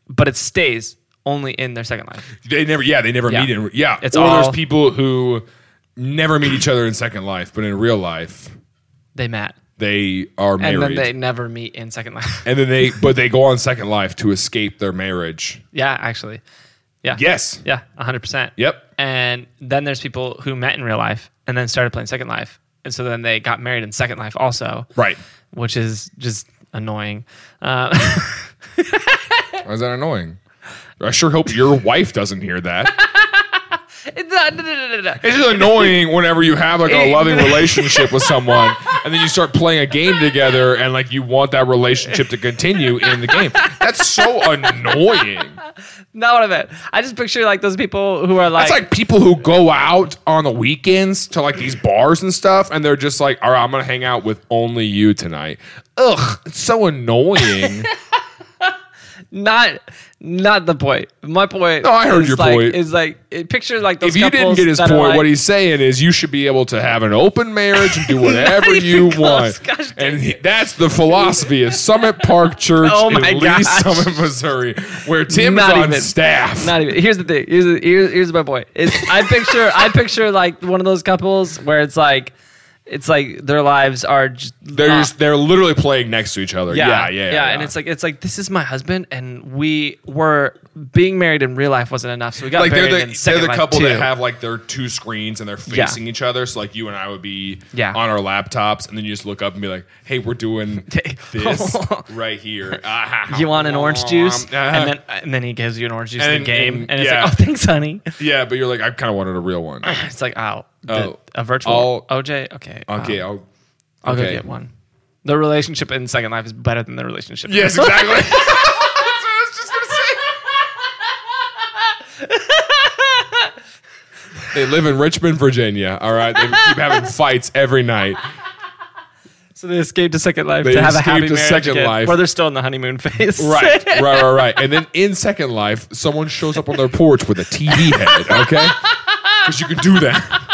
A: but it stays only in their Second Life.
B: They never yeah, they never
A: Yeah.
B: meet in yeah.
A: It's
B: or
A: all-
B: there's people who never meet each other in second life, but in real life
A: They met.
B: they are
A: And
B: married.
A: then they never meet in Second Life.
B: and then they but they go on second life to escape their marriage.
A: yeah, actually. Yeah.
B: Yes.
A: Yeah, 100%.
B: Yep.
A: And then there's people who met in real life and then started playing Second Life. And so then they got married in Second Life also.
B: Right.
A: Which is just annoying. Uh,
B: Why is that annoying? I sure hope your wife doesn't hear that.
A: it's not- no, no, no, no, no.
B: It's just annoying whenever you have like a loving relationship with someone and then you start playing a game together and like you want that relationship to continue in the game. That's so annoying.
A: Not what I meant. I just picture like those people who are like,
B: It's like people who go out on the weekends to like these bars and stuff, and they're just like, "All right, I'm gonna hang out with only you tonight." Ugh, it's so annoying.
A: not not the point. My point.
B: No, I heard
A: is
B: your
A: like,
B: point.
A: Is like it- picture like those.
B: if you didn't
A: couples
B: get his
A: that
B: point,
A: are, like-
B: what he's saying is you should be able to have an open marriage and do whatever
A: even
B: you
A: close.
B: want,
A: Gosh dang
B: and he- that's the philosophy of Summit Park Church
A: Oh
B: in
A: my
B: Lee
A: gosh.
B: Summit, Missouri, where Tim is
A: Not
B: on
A: even.
B: staff.
A: Not even. Here's the thing. Here's the, here's, here's my point. It's, I picture I picture like one of those couples where it's like, it's like their lives are just
B: they're just, they're literally playing next to each other. Yeah, yeah, yeah.
A: And it's like it's like this is my husband, and we were being married in real life wasn't enough, so we got
B: like
A: married
B: they're the,
A: in
B: they're
A: second
B: the
A: life
B: couple
A: too.
B: that have like their two screens and they're
A: Yeah.
B: facing each other. So like you and I would be
A: Yeah.
B: on our laptops, and then you just look up and be like, "Hey, we're doing
A: Okay.
B: this right here." Ah,
A: You want an orange juice,
B: ah.
A: and then and then he gives you an orange juice in
B: And-
A: the game, and,
B: and-
A: it's
B: yeah.
A: like, oh, thanks, honey.
B: yeah, but you're like, I kind of wanted a real one.
A: It's like, oh, the-
B: Oh,
A: a virtual
B: I'll-
A: OJ. Okay, um,
B: Okay, I'll,
A: I'll go
B: okay.
A: get one. The relationship in Second Life is better than the relationship.
B: Yes, exactly. That's what I was just gonna say. They live in Richmond, Virginia. All right, they keep having fights every night.
A: So they escaped to Second Life
B: They
A: to have a
B: escaped
A: happy
B: to
A: marriage.
B: Second
A: again,
B: Life.
A: where they're still in the honeymoon phase.
B: Right, right, right, right. And then in Second Life, someone shows up on their porch with a TV head, okay? Because you can do that.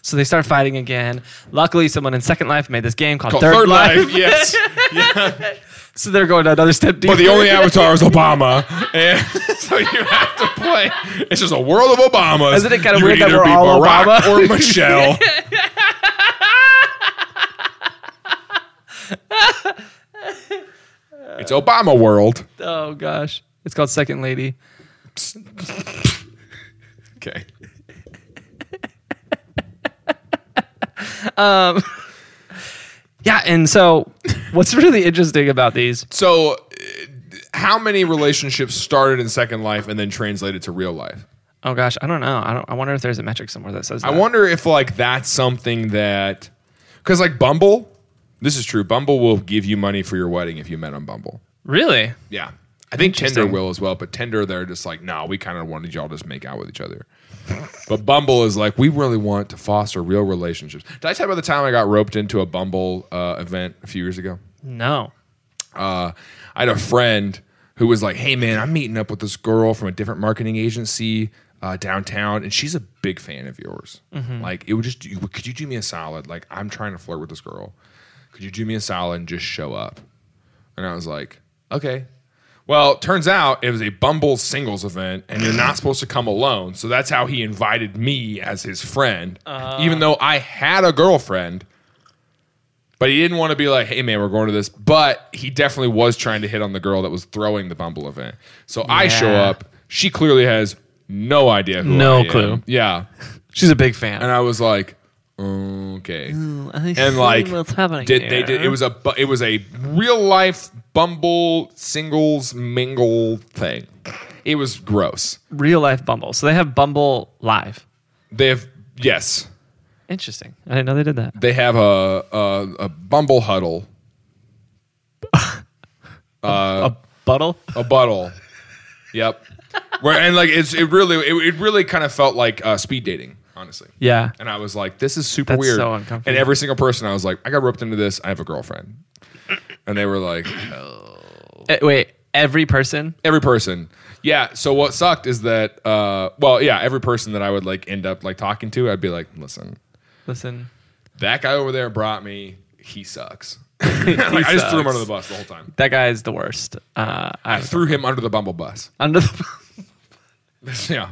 A: so they start fighting again. Luckily, someone in Second Life made this game called,
B: Called
A: Third, Life.
B: yes.
A: So they're going another step deeper.
B: But the only avatar is Obama. And so you have to play. It's just a world of Obamas.
A: Isn't it kinda
B: You
A: weird
B: can
A: that
B: either
A: we're
B: be
A: all
B: Barack
A: Obama?
B: Or Michelle. it's Obama world.
A: oh gosh, it's called Second Lady.
B: Okay.
A: Yeah, and so what's really interesting about these?
B: So, uh, how many relationships started in Second Life and then translated to real life?
A: Oh gosh, I don't know. I don't. I wonder if there's a metric somewhere that says. That.
B: I wonder if like that's something that because like Bumble, this is true. Bumble will give you money for your wedding if you met on Bumble.
A: Really?
B: Yeah. I think Tinder
A: Interesting.
B: will as well, but Tinder they're just like, no, we kind of wanted y'all to just make out with each other. but Bumble is like, we really want to foster real relationships. Did I tell you about the time I got roped into a Bumble uh, event a few years ago?
A: No.
B: uh, I had a friend who was like, "Hey, man, I'm meeting up with this girl from a different marketing agency uh, downtown, and she's a big fan of yours. Like, it would just you- could you do me a solid? Like, I'm trying to flirt with this girl. Could you do me a solid and just show up?" And I was like, "Okay." Well, turns out it was a Bumble singles event, and you're not supposed to come alone. So that's how he invited me as his friend,
A: Uh.
B: even though I had a girlfriend. But he didn't want to be like, hey, man, we're going to this. But he definitely was trying to hit on the girl that was throwing the Bumble event. So I
A: Yeah.
B: show up. She clearly has no idea who
A: No
B: I am.
A: clue.
B: Yeah.
A: She's a big fan.
B: And I was like, okay. And like,
A: Mm, what's happening?
B: did, they did, it was a bu- it was a real life Bumble singles mingle thing. It was gross.
A: real life Bumble. So they have Bumble Live.
B: They have yes,
A: Interesting. I didn't know they did that.
B: they have a a, a Bumble huddle,
A: a bottle.
B: a buttle. Yep. Where and like it's it really it, it really kind of felt like uh, speed dating, honestly.
A: Yeah.
B: And I was like, this is super
A: That's
B: weird.
A: so uncomfortable.
B: And every single person, I was like, I got roped into this. I have a girlfriend. And they were like,
A: Eh, wait, every person.
B: every person. Yeah. So what sucked is that, uh, well, yeah, every person that I would like end up like talking to, I'd be like, listen,
A: Listen.
B: that guy over there brought me. He sucks. Like, I just threw him
A: sucks.
B: under the bus the whole time.
A: That guy is the worst. Uh, I,
B: I threw him under the bumble bus.
A: under the,
B: yeah.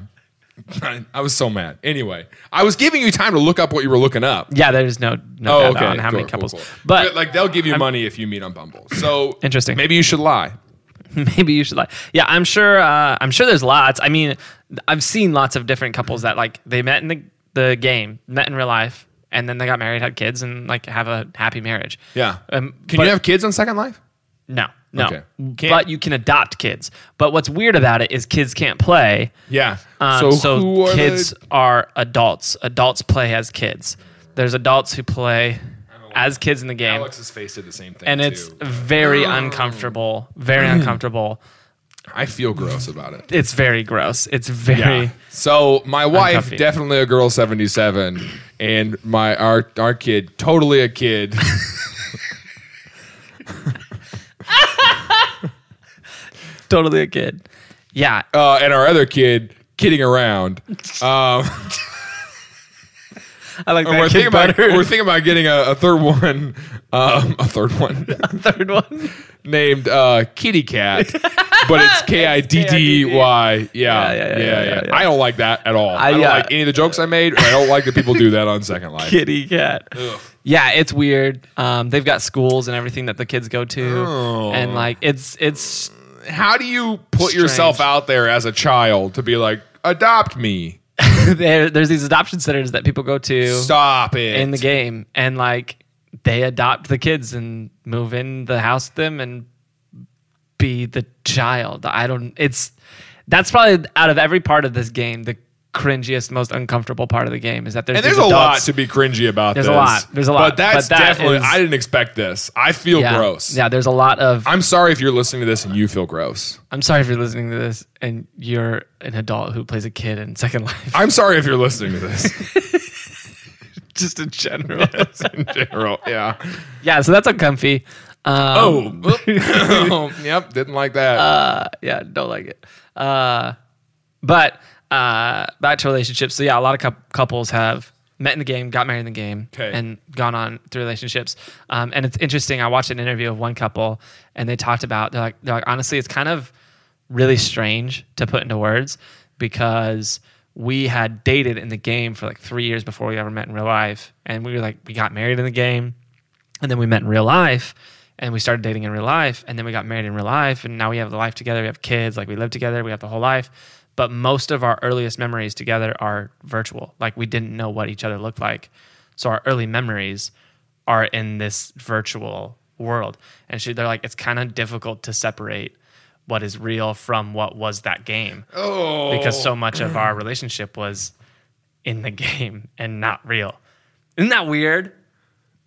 B: I, I was so mad. Anyway, I was giving you time to look up what you were looking up.
A: yeah, there's no no
B: Oh,
A: data
B: okay.
A: on how many
B: Cool, cool,
A: couples,
B: cool.
A: but
B: like they'll give you money if you meet on Bumble. So
A: Interesting.
B: Maybe you should lie.
A: maybe you should like. Yeah, I'm sure. Uh, I'm sure there's lots. I mean, I've seen lots of different couples that like they met in the the game, met in real life, and then they got married, had kids, and like have a happy marriage.
B: Yeah.
A: Um,
B: Can
A: but-
B: you have kids on Second Life?
A: No, no.
B: Okay.
A: But you can adopt kids. But what's weird about it is kids can't play.
B: Yeah.
A: Um, so kids
B: the-
A: are adults. Adults play as kids. There's adults who play as kids in the game,
B: Alex's face did the same thing.
A: and
B: too.
A: it's very
B: Oh.
A: uncomfortable. Very uncomfortable.
B: I feel gross about it.
A: It's very gross. It's very.
B: So my wife
A: Uncomfy.
B: definitely a girl seventy seven, and my our our kid totally a kid.
A: totally a kid. Yeah.
B: uh, and our other kid kidding around. Um,
A: I like
B: we're,
A: that
B: thinking
A: kid
B: about,
A: better.
B: we're thinking about getting a, a third one, um, a third one
A: Third one.
B: named uh, Kitty Cat, but it's K I D D Y. Yeah, yeah, yeah,
A: yeah, yeah.
B: I don't like that at all. I, don't
A: yeah.
B: like any of the jokes I made. or I don't like that people do that on Second Life.
A: kitty cat. Yeah, it's weird. Um, they've got schools and everything that the kids go to,
B: Oh.
A: and like it's it's
B: How do you put yourself
A: Strange.
B: out there as a child to be like, adopt me?
A: there, there's these adoption centers that people go to
B: Stop it.
A: in the game, and like they adopt the kids and move in the house with them and be the child. I don't. It's that's probably out of every part of this game the cringiest, most uncomfortable part of the game is that there's
B: and there's a
A: these
B: lot
A: adults-
B: to be cringy about
A: There's a
B: this.
A: lot. There's a lot.
B: But that's
A: But that
B: definitely,
A: is-
B: I didn't expect this. I feel
A: yeah,
B: gross.
A: Yeah, there's a lot of
B: I'm sorry if you're listening to this and you feel gross.
A: I'm sorry if you're listening to this and you're an adult who plays a kid in Second Life.
B: I'm sorry if you're listening to this
A: Just in general.
B: in general. Yeah.
A: yeah, so that's uncomfy. Um,
B: Oh. yep. Didn't like that.
A: Uh, yeah, don't like it. Uh, but uh, back to relationships. So yeah, a lot of cou- couples have met in the game, got married in the game,
B: 'Kay.
A: and gone on to relationships. Um, and it's interesting. I watched an interview of one couple, and they talked about they're like they're like honestly, it's kind of really strange to put into words because we had dated in the game for like three years before we ever met in real life, and we were like we got married in the game and then we met in real life and we started dating in real life and then we got married in real life and now we have the life together we have kids like we live together we have the whole life but most of our earliest memories together are virtual. Like we didn't know what each other looked like. So our early memories are in this virtual world. And she, they're like, it's kind of difficult to separate what is real from what was that game. Oh. Because so much of our relationship was in the game and not real. Isn't that weird?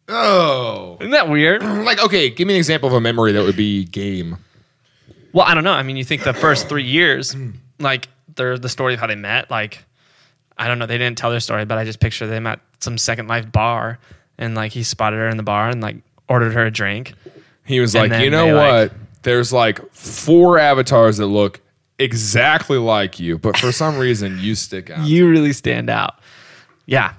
B: Oh.
A: Isn't that weird?
B: Like, okay, give me an example of a memory that would be game.
A: Well, I don't know. I mean, you think the first three years, like they're the story of how they met. Like, I don't know. They didn't tell their story, but I just picture them at some Second Life bar, and like he spotted her in the bar and like ordered her a drink.
B: He was
A: And
B: like,
A: then
B: you know
A: they,
B: what?
A: like-
B: There's like four avatars that look exactly like you, but for some reason you stick out.
A: You really stand out. Yeah.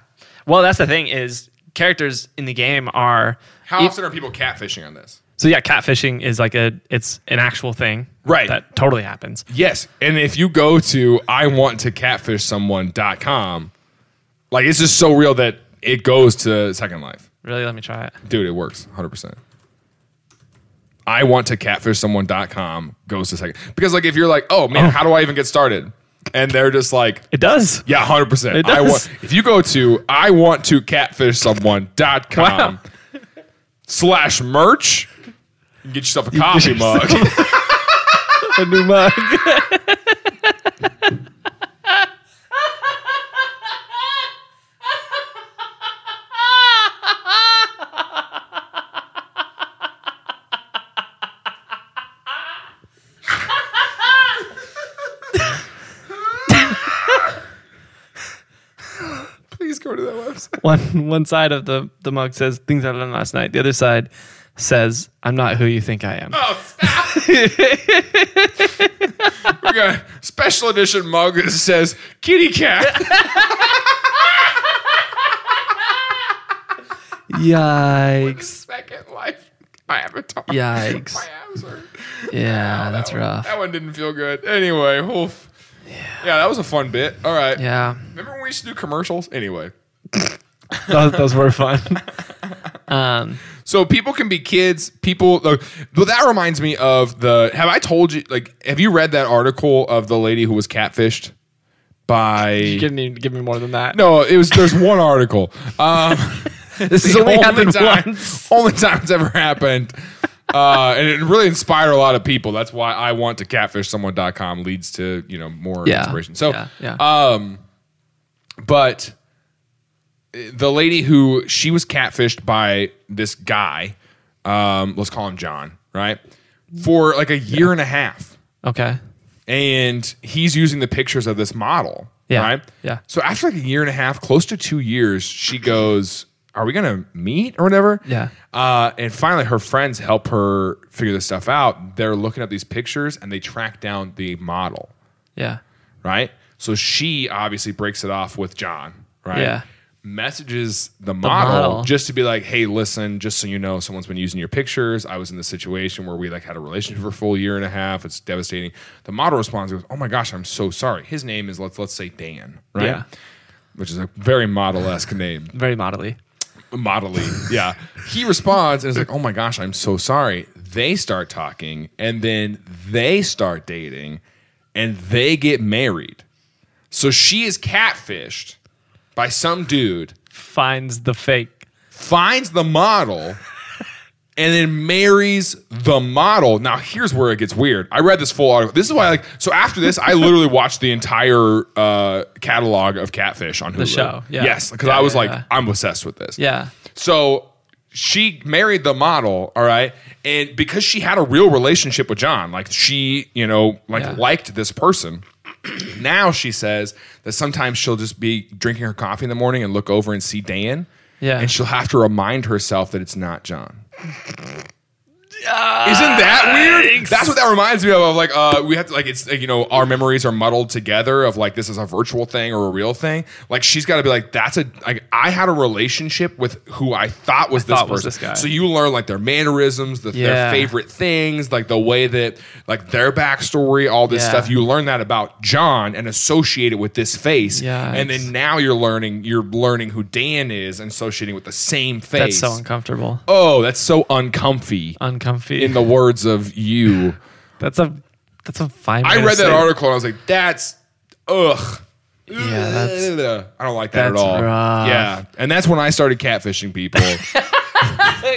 A: Well, that's the thing is characters in the game are
B: How often are people catfishing on this?
A: so yeah. Catfishing is like a it's an actual thing.
B: Right.
A: That totally happens.
B: Yes. And if you go to I want to catfish someone.com, like it's just so real that it goes to Second Life.
A: Really, let me try it.
B: Dude, it works 100%. I want to catfish someone.com goes to second. Because, like, if you're like, oh man, how do I even get started? And they're just like,
A: It does.
B: yeah, 100%.
A: It
B: I
A: does.
B: want, if you go to I want to catfish someone.com slash merch, you can get yourself a coffee mug.
A: A new mug.
B: Please go to that website.
A: one one side of the the mug says things I learned last night. The other side says I'm not who you think I am.
B: Oh, stop. we got a special edition mug that says kitty cat.
A: Yikes!
B: Second Life avatar.
A: Yikes!
B: My abs are-
A: Yeah, that's
B: that one-
A: rough.
B: That one didn't feel good. Anyway, oof. Yeah. that was a fun bit. All right.
A: Yeah,
B: Remember when we used to do commercials? Anyway,
A: those, those were fun. Um,
B: so people can be kids. People. Uh, well, that reminds me of the. Have I told you? Like, have you read that article of the lady who was catfished by?
A: you didn't even give me more than that.
B: No, it was. There's one article. Um,
A: this
B: It's
A: has
B: the
A: only happened
B: time,
A: once.
B: Only time it's ever happened. Uh, and it really inspired a lot of people. That's why I want to catfish someone.com leads to, you know, more
A: Yeah.
B: inspiration. So,
A: Yeah, yeah.
B: um, but eh, the lady who she was catfished by this guy, um, let's call him John, right? For like a year and a half
A: Okay.
B: and he's using the pictures of this model.
A: Yeah,
B: Right?
A: yeah.
B: So after like a year and a half, close to two years, she goes, Are we gonna meet or whatever?
A: Yeah.
B: Uh, and finally her friends help her figure this stuff out. They're looking up these pictures and they track down the model,
A: Yeah.
B: right? So she obviously breaks it off with John, right?
A: Yeah.
B: Messages the model,
A: model.
B: just to be like, hey, listen, just so you know, someone's been using your pictures. I was in this situation where we like had a relationship for a full year and a half. It's devastating. The model responds, goes, oh my gosh, I'm so sorry. His name is let's let's say Dan, right?
A: Yeah.
B: Which is a very model esque name
A: Very modelly.
B: modelly. Yeah. He responds and is like, oh my gosh, I'm so sorry. They start talking and then they start dating and they get married. So she is catfished by some dude,
A: Finds the fake.
B: finds the model, and then marries the model. Now here's where it gets weird. I read this full article. This is why like so after this, I literally watched the entire uh, catalog of catfish on Hulu. The
A: show, yeah.
B: Yes, because
A: Yeah,
B: I was
A: yeah,
B: like,
A: yeah.
B: I'm obsessed with this.
A: Yeah.
B: So she married the model, all right, and because she had a real relationship with John, like she, you know, like
A: Yeah.
B: liked this person. now she says that sometimes she'll just be drinking her coffee in the morning and look over and see Dan,
A: Yeah.
B: and she'll have to remind herself that it's not John.
A: Ah,
B: Isn't that weird? That's what that reminds me of. Of like, uh, we have to like, it's like, you know, our memories are muddled together. Of like, this is a virtual thing or a real thing. Like, she's got to be like, that's a like, I had a relationship with who I thought was this
A: thought
B: person.
A: was this guy.
B: So you learn like their mannerisms, the, their
A: Yeah.
B: favorite things, like the way that like their backstory, all this
A: Yeah.
B: stuff. You learn that about John and associate it with this face,
A: Yeah,
B: and
A: it's-
B: then now you're learning, you're learning who Dan is and associating with the same
A: That's
B: face.
A: so uncomfortable.
B: oh, that's so uncomfy
A: Uncomfy.
B: in the words of you.
A: that's a that's a fine.
B: I
A: way to
B: read
A: say
B: that
A: it.
B: article and I was like, that's ugh.
A: Yeah, that's-
B: I don't like that
A: that's
B: at all.
A: rough.
B: Yeah, and that's when I started catfishing people. So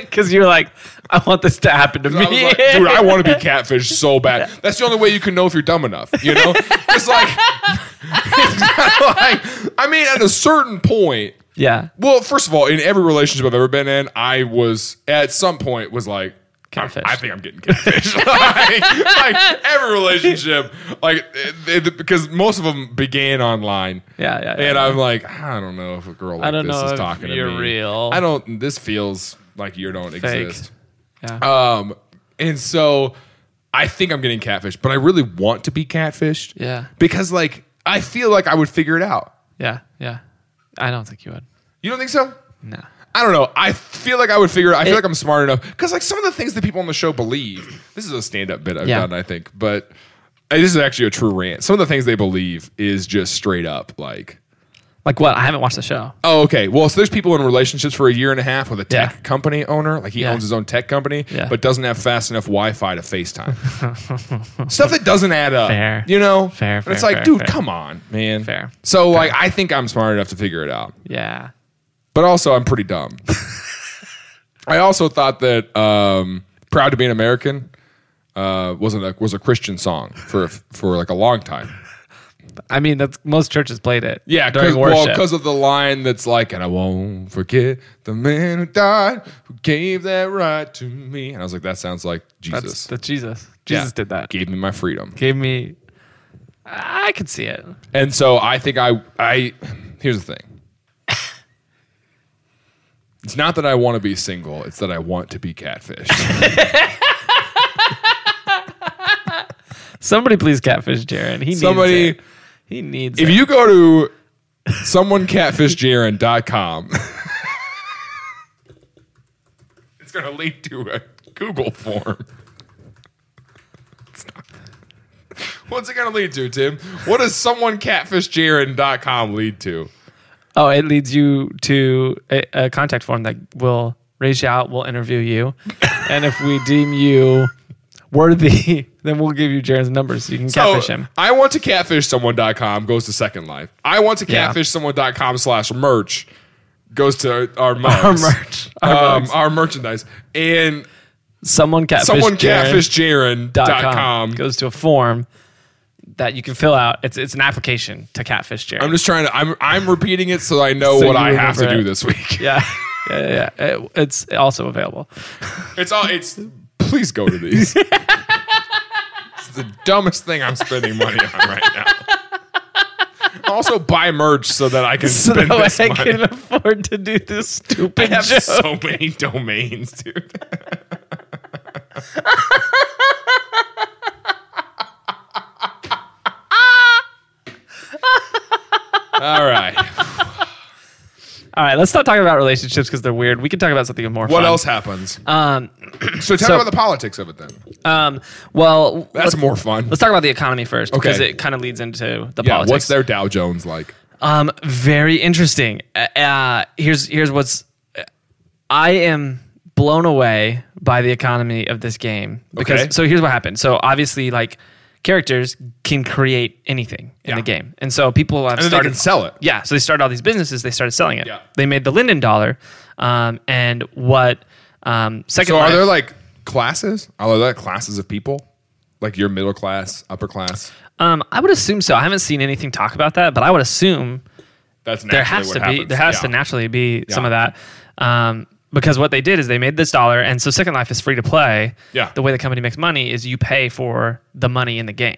A: Because you're like, I want this to happen to
B: I
A: me.
B: was like, Dude, I want to be catfished so bad. That's the only way you can know if you're dumb enough. You know, it's like, it's not like- I mean, at a certain point.
A: yeah.
B: Well, first of all, in every relationship I've ever been in, I was at some point was like. I'm-
A: Catfished.
B: I think I'm getting catfished. like, like every relationship, like it- it- because most of them began online.
A: Yeah, yeah, yeah.
B: And I'm like, I don't know if a girl like
A: don't
B: this
A: know
B: is
A: if
B: talking
A: you're
B: to me.
A: real.
B: I don't. This feels like you don't exist.
A: Yeah.
B: Um, and so I think I'm getting catfished, but I really want to be catfished.
A: Yeah.
B: Because like I feel like I would figure it out.
A: yeah, yeah. I don't think you would.
B: You don't think so?
A: No.
B: I don't know. I feel like I would figure. it I feel
A: It-
B: like I'm smart enough because like some of the things that people on the show believe. This is a stand-up bit I've
A: Yeah.
B: done, I think, but uh, this is actually a true rant. Some of the things they believe is just straight up like,
A: Like what? I haven't watched the show.
B: oh, okay. Well, so there's people in relationships for a year and a half with a tech
A: Yeah.
B: company owner, like he
A: Yeah.
B: owns his own tech company,
A: Yeah.
B: but doesn't have fast enough Wi-Fi to FaceTime. Stuff that doesn't add up.
A: Fair.
B: You know.
A: Fair,
B: And it's
A: fair,
B: like,
A: fair,
B: dude,
A: fair.
B: come on, man.
A: Fair.
B: So like, I think I'm smart enough to figure it out
A: Yeah.
B: but also I'm pretty dumb. I also thought that um, "Proud to Be an American" uh, wasn't a, was a Christian song for for like a long time.
A: I mean, that's most churches played it.
B: Yeah,
A: during
B: because
A: worship.
B: of the line that's like, "And I won't forget the man who died who gave that right to me." And I was like, "That sounds like Jesus."
A: that's, that's Jesus.
B: Yeah.
A: Jesus did that.
B: Gave me my freedom.
A: Gave me. I could see it.
B: And so I think I I here's the thing. It's not that I want to be single, it's that I want to be catfished.
A: Somebody please catfish Jaron. He
B: Somebody-
A: needs it. He needs
B: if
A: it.
B: you go to someonecatfishjaron.com, it's going to lead to a Google form. It's not- What's it going to lead to, Tim? What does someonecatfishjaron.com lead to?
A: Oh, it leads you to a, a contact form that will raise you out. We'll interview you, and if we deem you worthy, then we'll give you Jaron's number so you can catfish
B: So,
A: him.
B: Oh, I want to catfish someone.com goes to Second Life. I want to
A: Yeah.
B: catfish someone.com slash merch goes to our mugs.
A: Our merch. Our
B: Um,
A: mugs.
B: our merchandise. And
A: Someone catfish.
B: someone
A: Jaron.
B: catfishjaron.com.
A: goes to a form that you can fill out. It's it's an application to catfish Jared.
B: I'm just trying to. I'm I'm repeating it so I know
A: So
B: what
A: you
B: I have to
A: remember
B: do
A: it.
B: this week.
A: yeah. Yeah, yeah, yeah. It- it's also available.
B: It's all. It's please go to these. it's the dumbest thing I'm spending money on right now. Also buy merch so that I can
A: So
B: spend
A: that way
B: this
A: I
B: money.
A: can afford to do this
B: I
A: stupid
B: have
A: joke.
B: so many domains, dude. All right.
A: All right, let's stop talking about relationships because they're weird. We can talk about something more
B: What
A: fun.
B: else happens?
A: Um,
B: so tell
A: so-
B: me about the politics of it then.
A: um, well,
B: That's
A: let's,
B: more fun.
A: let's talk about the economy first because
B: Okay.
A: it kind of leads into the
B: Yeah,
A: politics.
B: what's their Dow Jones like?
A: Um, very interesting. Uh, here's here's what's uh, I am blown away by the economy of this game because
B: Okay.
A: so here's what happened. So obviously, like characters can create anything in
B: Yeah.
A: the game, and so people have
B: And then they
A: started
B: can sell it.
A: Yeah, so they started all these businesses. They started selling it.
B: Yeah.
A: They made the Linden dollar, um, and what um, second?
B: So are
A: Life-
B: there like classes? Are there like classes of people? Like your middle class, upper class?
A: um, I would assume so. I haven't seen anything talk about that, but I would assume
B: That's naturally
A: there has
B: what
A: to
B: happens.
A: be there has
B: Yeah.
A: to naturally be some
B: Yeah.
A: of that um, because what they did is they made this dollar and so second life is free to play
B: Yeah.
A: the way the company makes money is you pay for the money in the game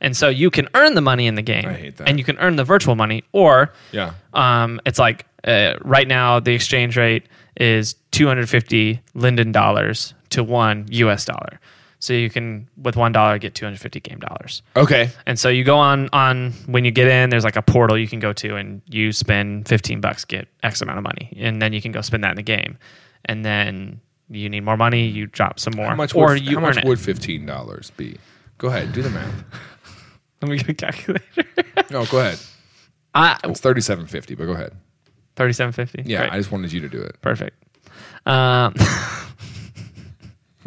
A: and so you can earn the money in the game
B: I hate that.
A: and you can earn the virtual money or
B: Yeah.
A: um, it's like uh, right now the exchange rate is 250 linden dollars to one us dollar so you can with one dollar get 250 game dollars
B: Okay.
A: and so you go on on when you get in, there's like a portal you can go to and you spend 15 bucks, get X amount of money. And then you can go spend that in the game. And then you need more money, you drop some more.
B: How much
A: or
B: would,
A: you
B: how
A: earn it.
B: much would fifteen dollars be? Go ahead, do the math.
A: Let me get a calculator.
B: No, go ahead.
A: I,
B: It's thirty seven fifty, but go ahead.
A: 37.50.
B: Yeah,
A: Great.
B: I just wanted you to do it.
A: Perfect. Um,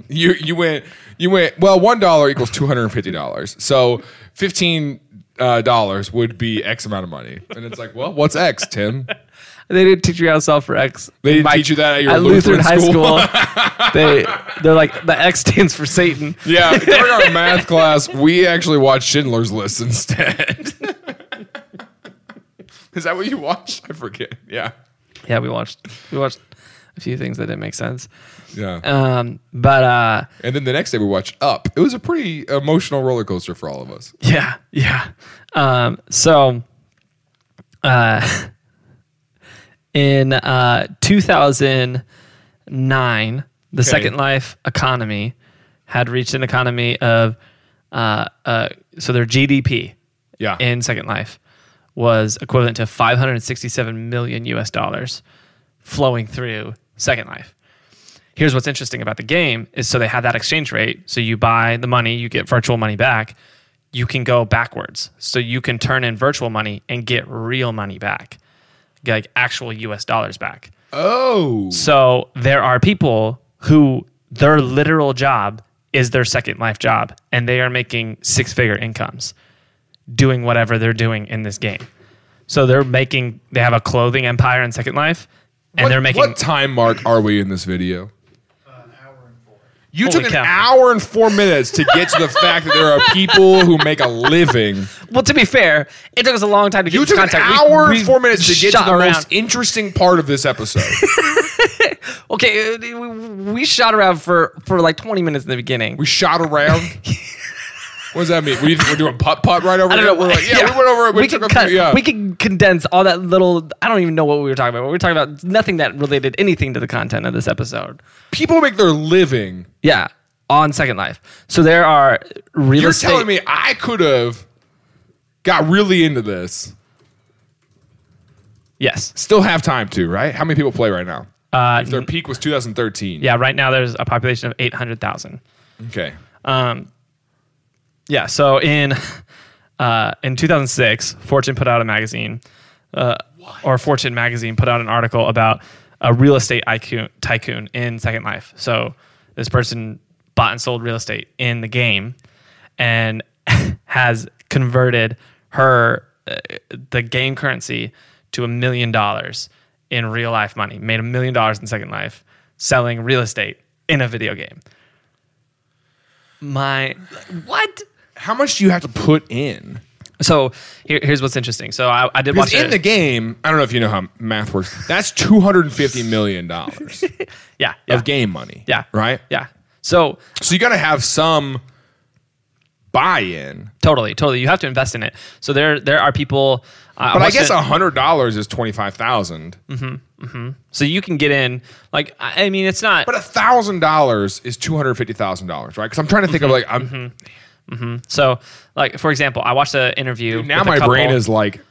B: You you went you went well one dollar equals two hundred and fifty dollars. So fifteen uh, dollars would be X amount of money, and it's like, well, what's X, Tim?
A: They didn't teach you how to solve for X.
B: They didn't
A: My-
B: teach you that at your
A: at Lutheran,
B: Lutheran
A: High School. they they're like the X stands for Satan.
B: Yeah, during our math class, we actually watched Schindler's List instead. Is that what you watched? I forget. Yeah,
A: Yeah, we watched we watched a few things that didn't make sense.
B: yeah.
A: Um, but uh,
B: and then the next day we watched Up. It was a pretty emotional roller coaster for all of us.
A: yeah, yeah. Um, so, uh, in uh 2009, the
B: Okay.
A: Second Life economy had reached an economy of uh, uh, so their GDP
B: Yeah.
A: in Second Life was equivalent to 567 million US dollars flowing through Second Life. Here's what's interesting about the game is so they have that exchange rate. So you buy the money, you get virtual money back. You can go backwards. So you can turn in virtual money and get real money back. Get, Like actual US dollars back.
B: oh,
A: So there are people who their literal job is their second life job, and they are making six figure incomes doing whatever they're doing in this game. So they're making, they have a clothing empire in Second Life, and
B: What-
A: they're making,
B: What time mark are we in this video? You
A: Holy
B: took an
A: cow.
B: hour and four minutes to get to the fact that there are people who make a living.
A: well, to be fair, it took us a long time to get
B: You
A: into
B: took an
A: contact. We-
B: hour
A: we
B: and four minutes to get to
A: shot
B: the
A: around.
B: most interesting part of this episode.
A: Okay, uh, we- we shot around for, for like 20 minutes in the beginning.
B: We shot around. what does that mean? We, we're doing putt putt right over.
A: I don't
B: here?
A: know.
B: We're like, yeah, we went over. We,
A: We
B: took
A: could
B: a
A: cut.
B: few, yeah.
A: We could condense all that little. I don't even know what we were talking about. We were talking about nothing that related anything to the content of this episode.
B: People make their living.
A: Yeah, on Second Life. So there are real
B: You're
A: estate.
B: telling me I could have got really into this.
A: Yes.
B: Still have time to right? How many people play right now?
A: Uh,
B: Their peak was 2013.
A: yeah. Right now, there's a population of eight hundred thousand.
B: Okay.
A: Yeah. So in uh, in 2006, Fortune put out a magazine, uh, or Fortune magazine put out an article about a real estate icon, tycoon in Second Life. So this person bought and sold real estate in the game, and has converted her uh, the game currency to a million dollars in real life money. Made a million dollars in Second Life selling real estate in a video game. My what?
B: How much do you have to put in?
A: So here, here's what's interesting. So I, I did
B: Because
A: watch
B: in
A: it.
B: the game, I don't know if you know how math works. That's 250 million dollars
A: yeah, yeah,
B: of game money.
A: yeah,
B: Right.
A: yeah. So
B: So you got to have some buy-in.
A: totally, totally, you have to invest in it. So there, there are people. Uh,
B: But I
A: watched
B: guess
A: it-
B: a hundred dollars is twenty five thousand.
A: so you can get in. Like I I mean, it's not.
B: But a thousand dollars is two hundred fifty thousand dollars, right? Because I'm trying to think
A: Mm-hmm.
B: of like I'm
A: so like for example, I watched an interview.
B: now
A: with a
B: my
A: couple.
B: brain is like,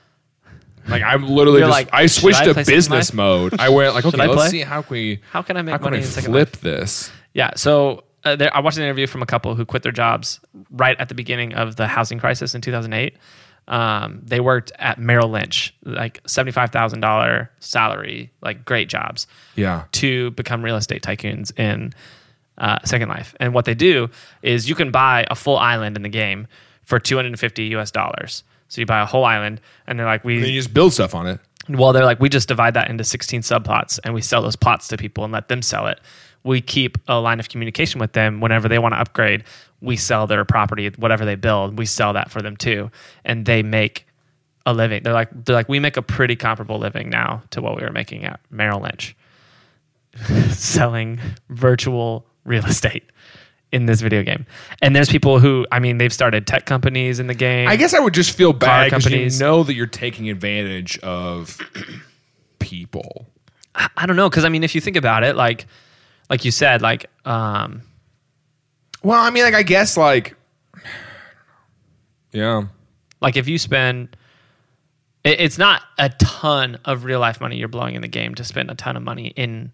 B: like I'm literally
A: You're
B: just
A: like,
B: I switched
A: should I
B: to
A: play Second
B: business
A: Life?
B: mode. I went like, okay,
A: I
B: let's
A: play?
B: see how can we
A: How can I make
B: how can
A: money
B: we
A: in Second
B: flip this?
A: Yeah. So uh, there, I watched an interview from a couple who quit their jobs right at the beginning of the housing crisis in 2008. Um, they worked at Merrill Lynch, like seventy-five thousand dollar salary, like great jobs.
B: Yeah.
A: To become real estate tycoons in uh, Second Life, and what they do is you can buy a full island in the game for two hundred and fifty U.S. dollars. So you buy a whole island, and they're like, we
B: And you just build stuff on it.
A: well, they're like, we just divide that into 16 subplots and we sell those plots to people and let them sell it. We keep a line of communication with them whenever they want to upgrade. We sell their property, whatever they build, we sell that for them too. And they make a living. They're like, they're like, we make a pretty comparable living now to what we were making at Merrill Lynch selling virtual real estate in this video game. And there's people who, I mean, they've started tech companies in the game.
B: I guess I would just feel bad because you
A: companies.
B: know that you're taking advantage of people.
A: I don't know because I mean, if you think about it, like, like you said, like, um,
B: Well, I mean, like I guess like, yeah.
A: like if you spend, it, it's not a ton of real life money you're blowing in the game to spend a ton of money in,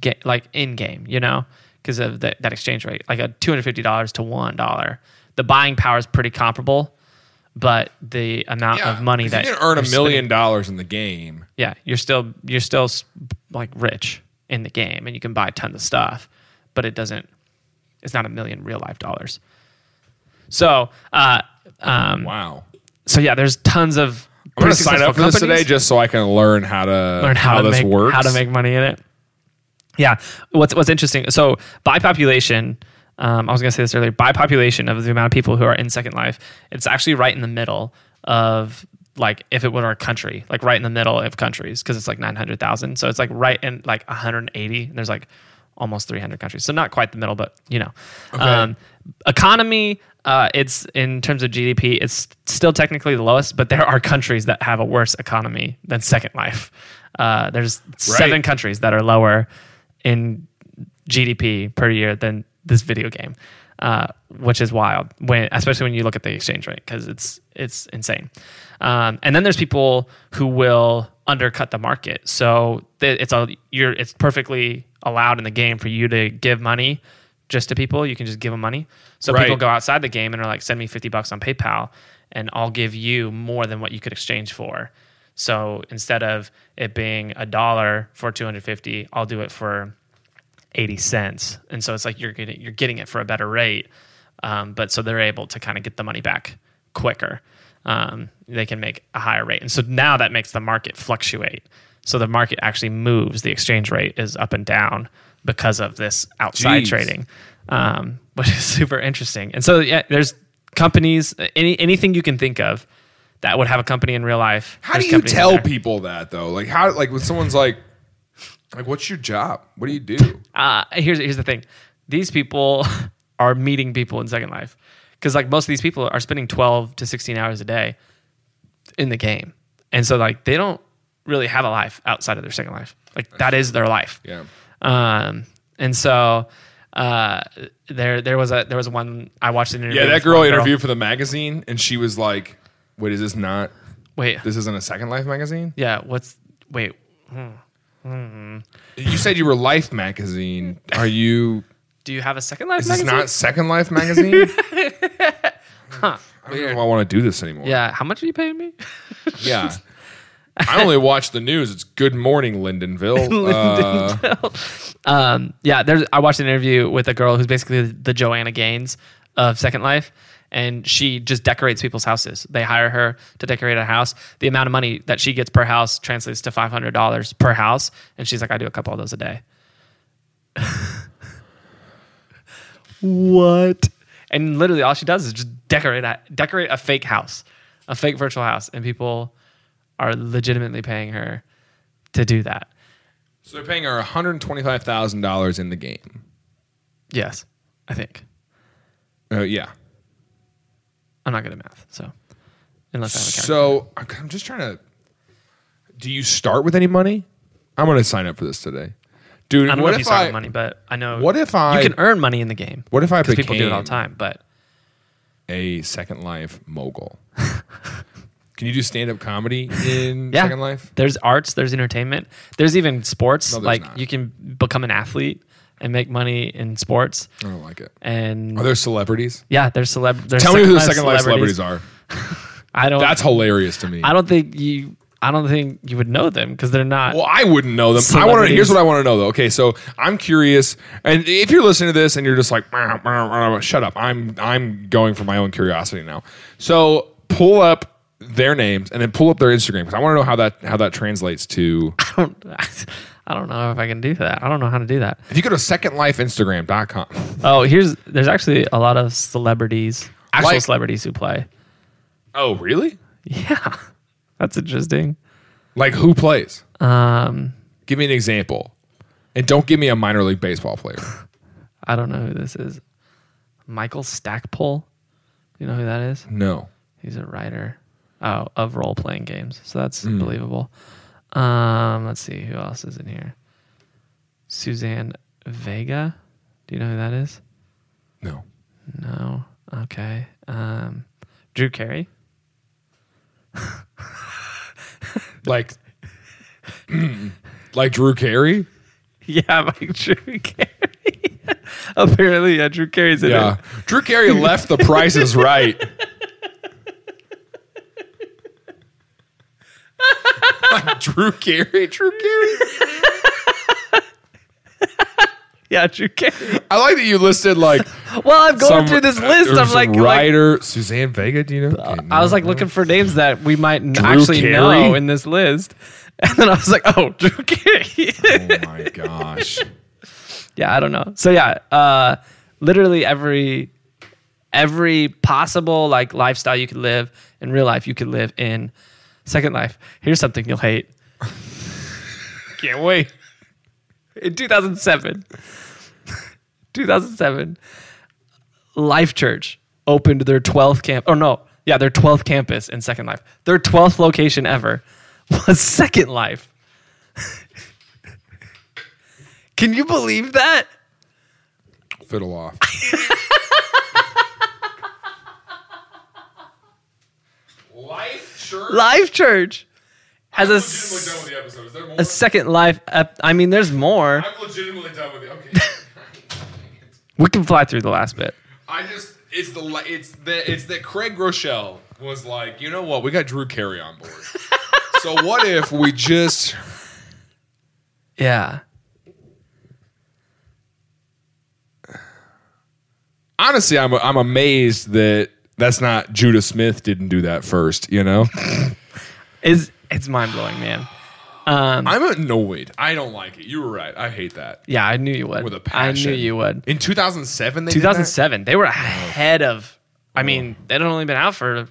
A: ga- like in game, you know, because of the, that exchange rate, like a two hundred fifty dollars to one dollar. The buying power is pretty comparable, but the amount
B: Yeah,
A: of money
B: 'cause
A: that
B: you can earn a
A: you're spending-
B: million dollars in the game.
A: yeah, you're still you're still s- like rich in the game, and you can buy tons of stuff, but it doesn't. It's not a million real life dollars. So, uh, um,
B: Wow.
A: so yeah, there's tons of.
B: I'm gonna sign up for this today just so I can learn how to
A: learn how, to
B: this
A: make,
B: works.
A: how to make money in it. Yeah, what's what's interesting? So by population, um, I was gonna say this earlier. By population of the amount of people who are in Second Life, it's actually right in the middle of like if it were our country, like right in the middle of countries because it's like nine hundred thousand. So it's like right in like one hundred and eighty. There's like almost three hundred countries. So not quite the middle, but you know, um, economy. Uh, it's in terms of GDP, it's still technically the lowest, but there are countries that have a worse economy than Second Life. Uh, there's seven
B: Right.
A: countries that are lower in GDP per year than this video game, uh, which is wild. When especially when you look at the exchange rate, because it's it's insane. Um, and then there's people who will undercut the market. So th- it's a you're it's perfectly allowed in the game for you to give money just to people. You can just give them money. So
B: Right.
A: people go outside the game and are like, send me fifty bucks on PayPal, and I'll give you more than what you could exchange for. So instead of it being a dollar for 250, I'll do it for 80 cents. And so it's like you're getting you're getting it for a better rate. Um, but so they're able to kind of get the money back quicker. Um, they can make a higher rate. And so now that makes the market fluctuate. So the market actually moves. The exchange rate is up and down because of this outside
B: Jeez.
A: trading, um, which is super interesting. And so yeah, there's companies, any anything you can think of that would have a company in real life.
B: How
A: there's
B: do you
A: companies in
B: tell
A: there.
B: people that though? Like how like when someone's like like what's your job? What do you do?
A: uh, here's here's the thing: these people are meeting people in Second Life because like most of these people are spending twelve to sixteen hours a day in the game, and so like they don't really have a life outside of their Second Life. Like that is their life.
B: Yeah.
A: Um, and so uh, there there was a there was one I watched an interview.
B: Yeah, that
A: with
B: girl
A: one
B: interviewed for the magazine and she was like, Wait, is this not
A: Wait,
B: this isn't a Second Life magazine?
A: yeah, what's wait?
B: You said you were Life magazine. Are you
A: Do you have a Second Life?
B: is this
A: magazine?
B: not Second Life magazine? huh. I don't know if I want to do this anymore.
A: yeah, how much are you paying me?
B: Yeah. I only watch the news. It's Good Morning Lindenville. Uh,
A: um, yeah, there's. I watched an interview with a girl who's basically the Joanna Gaines of Second Life, and she just decorates people's houses. They hire her to decorate a house. The amount of money that she gets per house translates to five hundred dollars per house, and she's like, I do a couple of those a day. what? And literally, all she does is just decorate a, decorate a fake house, a fake virtual house, and people are legitimately paying her to do that.
B: so they're paying her $125,000 in the game.
A: Yes, I think.
B: Uh, yeah.
A: I'm not good at math, so unless I have a calculator.
B: So I'm I'm just trying to. Do you start with any money? I'm going to sign up for this today, dude.
A: I don't
B: what
A: know if you
B: if
A: start
B: I?
A: with money, but I know
B: What if I?
A: you can earn money in the game.
B: what if I
A: Because
B: became
A: people do it all the time, but
B: a Second Life mogul? can you do stand up comedy in
A: yeah,
B: Second Life?
A: There's arts, there's entertainment, there's even sports.
B: No, there's
A: like
B: not.
A: you can become an athlete and make money in sports.
B: I don't like it.
A: And
B: Are there celebrities?
A: yeah, there's celeb. There's
B: Tell me who the
A: Life
B: Second Life celebrities are.
A: I don't.
B: That's hilarious to me.
A: I don't think you. I don't think you would know them because they're not.
B: Well, I wouldn't know them. I want to. Here's
A: Celebrities.
B: what I want to know, though. Okay, so I'm curious, and if you're listening to this and you're just like, "Meow, meow, meow," shut up. I'm I'm going for my own curiosity now. So pull up their names and then pull up their Instagram because I want to know how that how that translates to.
A: I don't. I don't know if I can do that. I don't know how to do that.
B: If you go to secondlifeinstagram.com,
A: Oh, here's there's actually a lot of celebrities, actual
B: Like-
A: celebrities who play.
B: oh really?
A: Yeah, that's interesting.
B: Like who plays?
A: Um,
B: Give me an example, and don't give me a minor league baseball player.
A: I don't know who this is. Michael Stackpole. You know who that is?
B: No.
A: He's a writer oh, of role playing games. So that's
B: Hmm.
A: believable. Um, let's see who else is in here. Suzanne Vega. Do you know who that is?
B: No.
A: No. Okay. Um, Drew Carey.
B: Like, like Drew Carey.
A: Yeah, like Drew Carey. Apparently, yeah, Drew Carey's in
B: Yeah.
A: it.
B: Drew Carey left the Price is Right. Drew Carey, Drew Carey.
A: yeah, Drew Carey.
B: I like that you listed like
A: Well, I'm going
B: some-
A: through this
B: uh,
A: list.
B: there
A: I'm
B: was a
A: like, like
B: writer Suzanne Vega. Do you know? Okay,
A: I was
B: no.
A: like looking for names that we might n- actually
B: Carey?
A: know in this list, and then I was like, oh, Drew Carey.
B: oh my gosh.
A: yeah, I don't know. So yeah, uh, literally every every possible like lifestyle you could live in real life, you could live in Second Life. Here's something you'll hate.
B: Can't wait.
A: in 2007 2007 life church opened their 12th camp oh no yeah their 12th campus in second life their 12th location ever was second life can you believe that
B: Fiddle off. Life church.
A: life church has a, s-
B: done with the episode. Is there more?
A: a second life ep- i mean there's more
B: I'm legitimately done with it. Okay.
A: we can fly through the last bit
B: I just it's the li- it's the it's that Craig Rochelle was like, you know what, we got Drew Carey on board. so what if we just
A: yeah
B: honestly, I'm I'm amazed that that's not Judah Smith didn't do that first. You know,
A: is it's mind-blowing man Um,
B: I'm annoyed. I don't like it. You were right. I hate that
A: yeah i knew you would
B: with a
A: i
B: passion.
A: knew you would
B: In 2007, they did that?
A: 2007. They were ahead of. I mean, they'd only been out for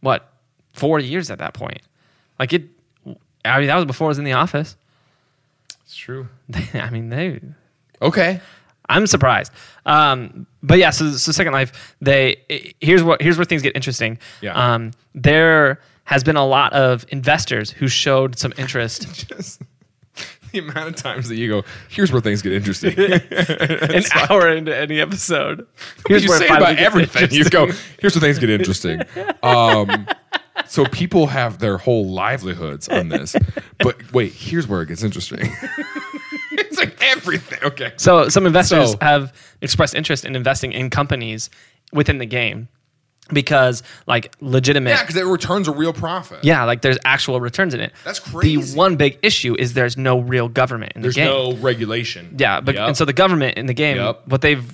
A: what four years at that point. Like it. I mean, that was before I was in the office.
B: It's true.
A: I mean, they.
B: Okay.
A: I'm surprised. Um, but yeah, so, so Second Life. They i- here's what here's where things get interesting.
B: Yeah.
A: Um, there has been a lot of investors who showed some interest
B: Just the amount of times that you go, here's where things get interesting.
A: an hour into any episode. Here's
B: you
A: where it
B: say
A: finally
B: about
A: gets
B: everything. You
A: interesting.
B: go, here's where things get interesting. Um, so people have their whole livelihoods on this. But wait, here's where it gets interesting. it's like everything. Okay.
A: So some investors
B: So-
A: have expressed interest in investing in companies within the game because like legitimate
B: Yeah,
A: yeah,
B: because it returns a real profit.
A: like there's actual returns in it.
B: That's crazy.
A: The one big issue is there's no real government in
B: There's
A: the game.
B: no regulation.
A: yeah, but
B: Yep.
A: and so the government in the game
B: Yep.
A: what they've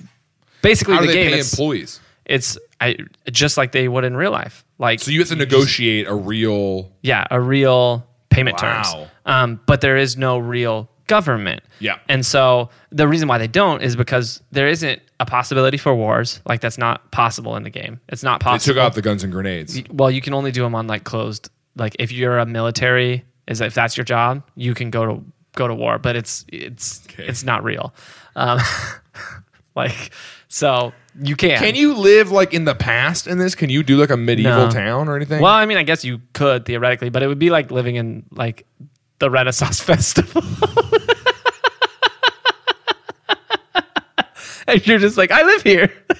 A: basically
B: how do
A: the
B: they
A: game
B: pay
A: it's,
B: employees?
A: it's I, just like they would in real life. Like
B: So you have to negotiate a real.
A: yeah, a real payment
B: Wow.
A: terms. Um, but there is no real government.
B: Yeah.
A: And so the reason why they don't is because there isn't a possibility for wars. Like that's not possible in the game. It's not
B: They took
A: possible.
B: out the guns and grenades.
A: well, you can only do them on like closed. Like if you're a military, is if that's your job, you can go to go to war. But it's it's
B: Okay.
A: it's not real. Um, like so you can.
B: Can you live like in the past in this? Can you do like a medieval
A: No.
B: town or anything?
A: Well, I mean, I guess you could theoretically, but it would be like living in like the Renaissance Festival. and you're just like, I live here. and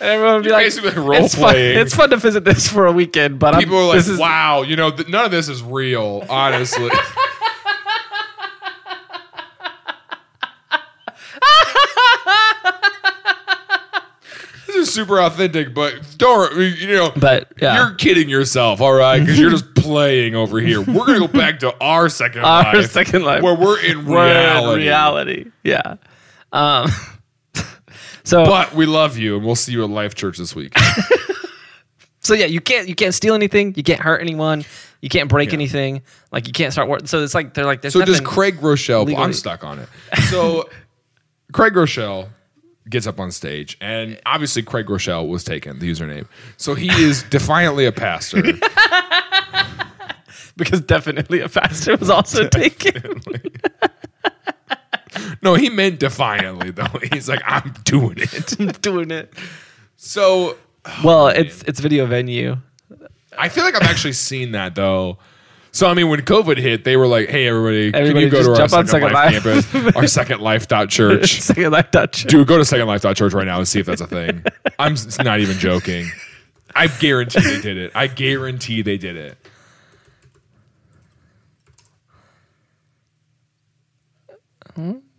A: everyone would be like,
B: basically role
A: it's fun,
B: playing.
A: it's fun to visit this for a weekend, but
B: People
A: I'm,
B: are like,
A: this is,
B: wow, you know, th- none of this is real, honestly. this is super authentic, but don't, wor- you know,
A: But, yeah.
B: you're kidding yourself, all right? Because you're just playing over here. We're going to go back to our second
A: Our
B: life.
A: second life.
B: Where we're in
A: we're in
B: reality.
A: reality. Yeah. Um, so
B: But we love you, and we'll see you at Life Church this week.
A: so yeah, you can't you can't steal anything, you can't hurt anyone, you can't break anything, like you can't start war. So it's like they're like there's
B: So does
A: nothing.
B: Craig Rochelle?
A: legally-
B: I'm stuck on it. So Craig Rochelle gets up on stage, and obviously Craig Rochelle was taken the username. So he is defiantly a pastor.
A: because definitely a pastor was also taken.
B: no, he meant defiantly though. He's like, I'm doing it.
A: doing it.
B: So
A: Well, it's it's video venue.
B: I feel like I've actually seen that though. So I mean, when COVID hit, they were like, "Hey, everybody,
A: Everybody
B: can you go
A: just
B: to our
A: jump on
B: second, life,
A: Second Life."
B: campus, our second life dot church?"
A: Second Life Dutch.
B: Dude, go to secondlife.church right now and see if that's a thing. I'm s- not even joking. I guarantee they did it. I guarantee they did it.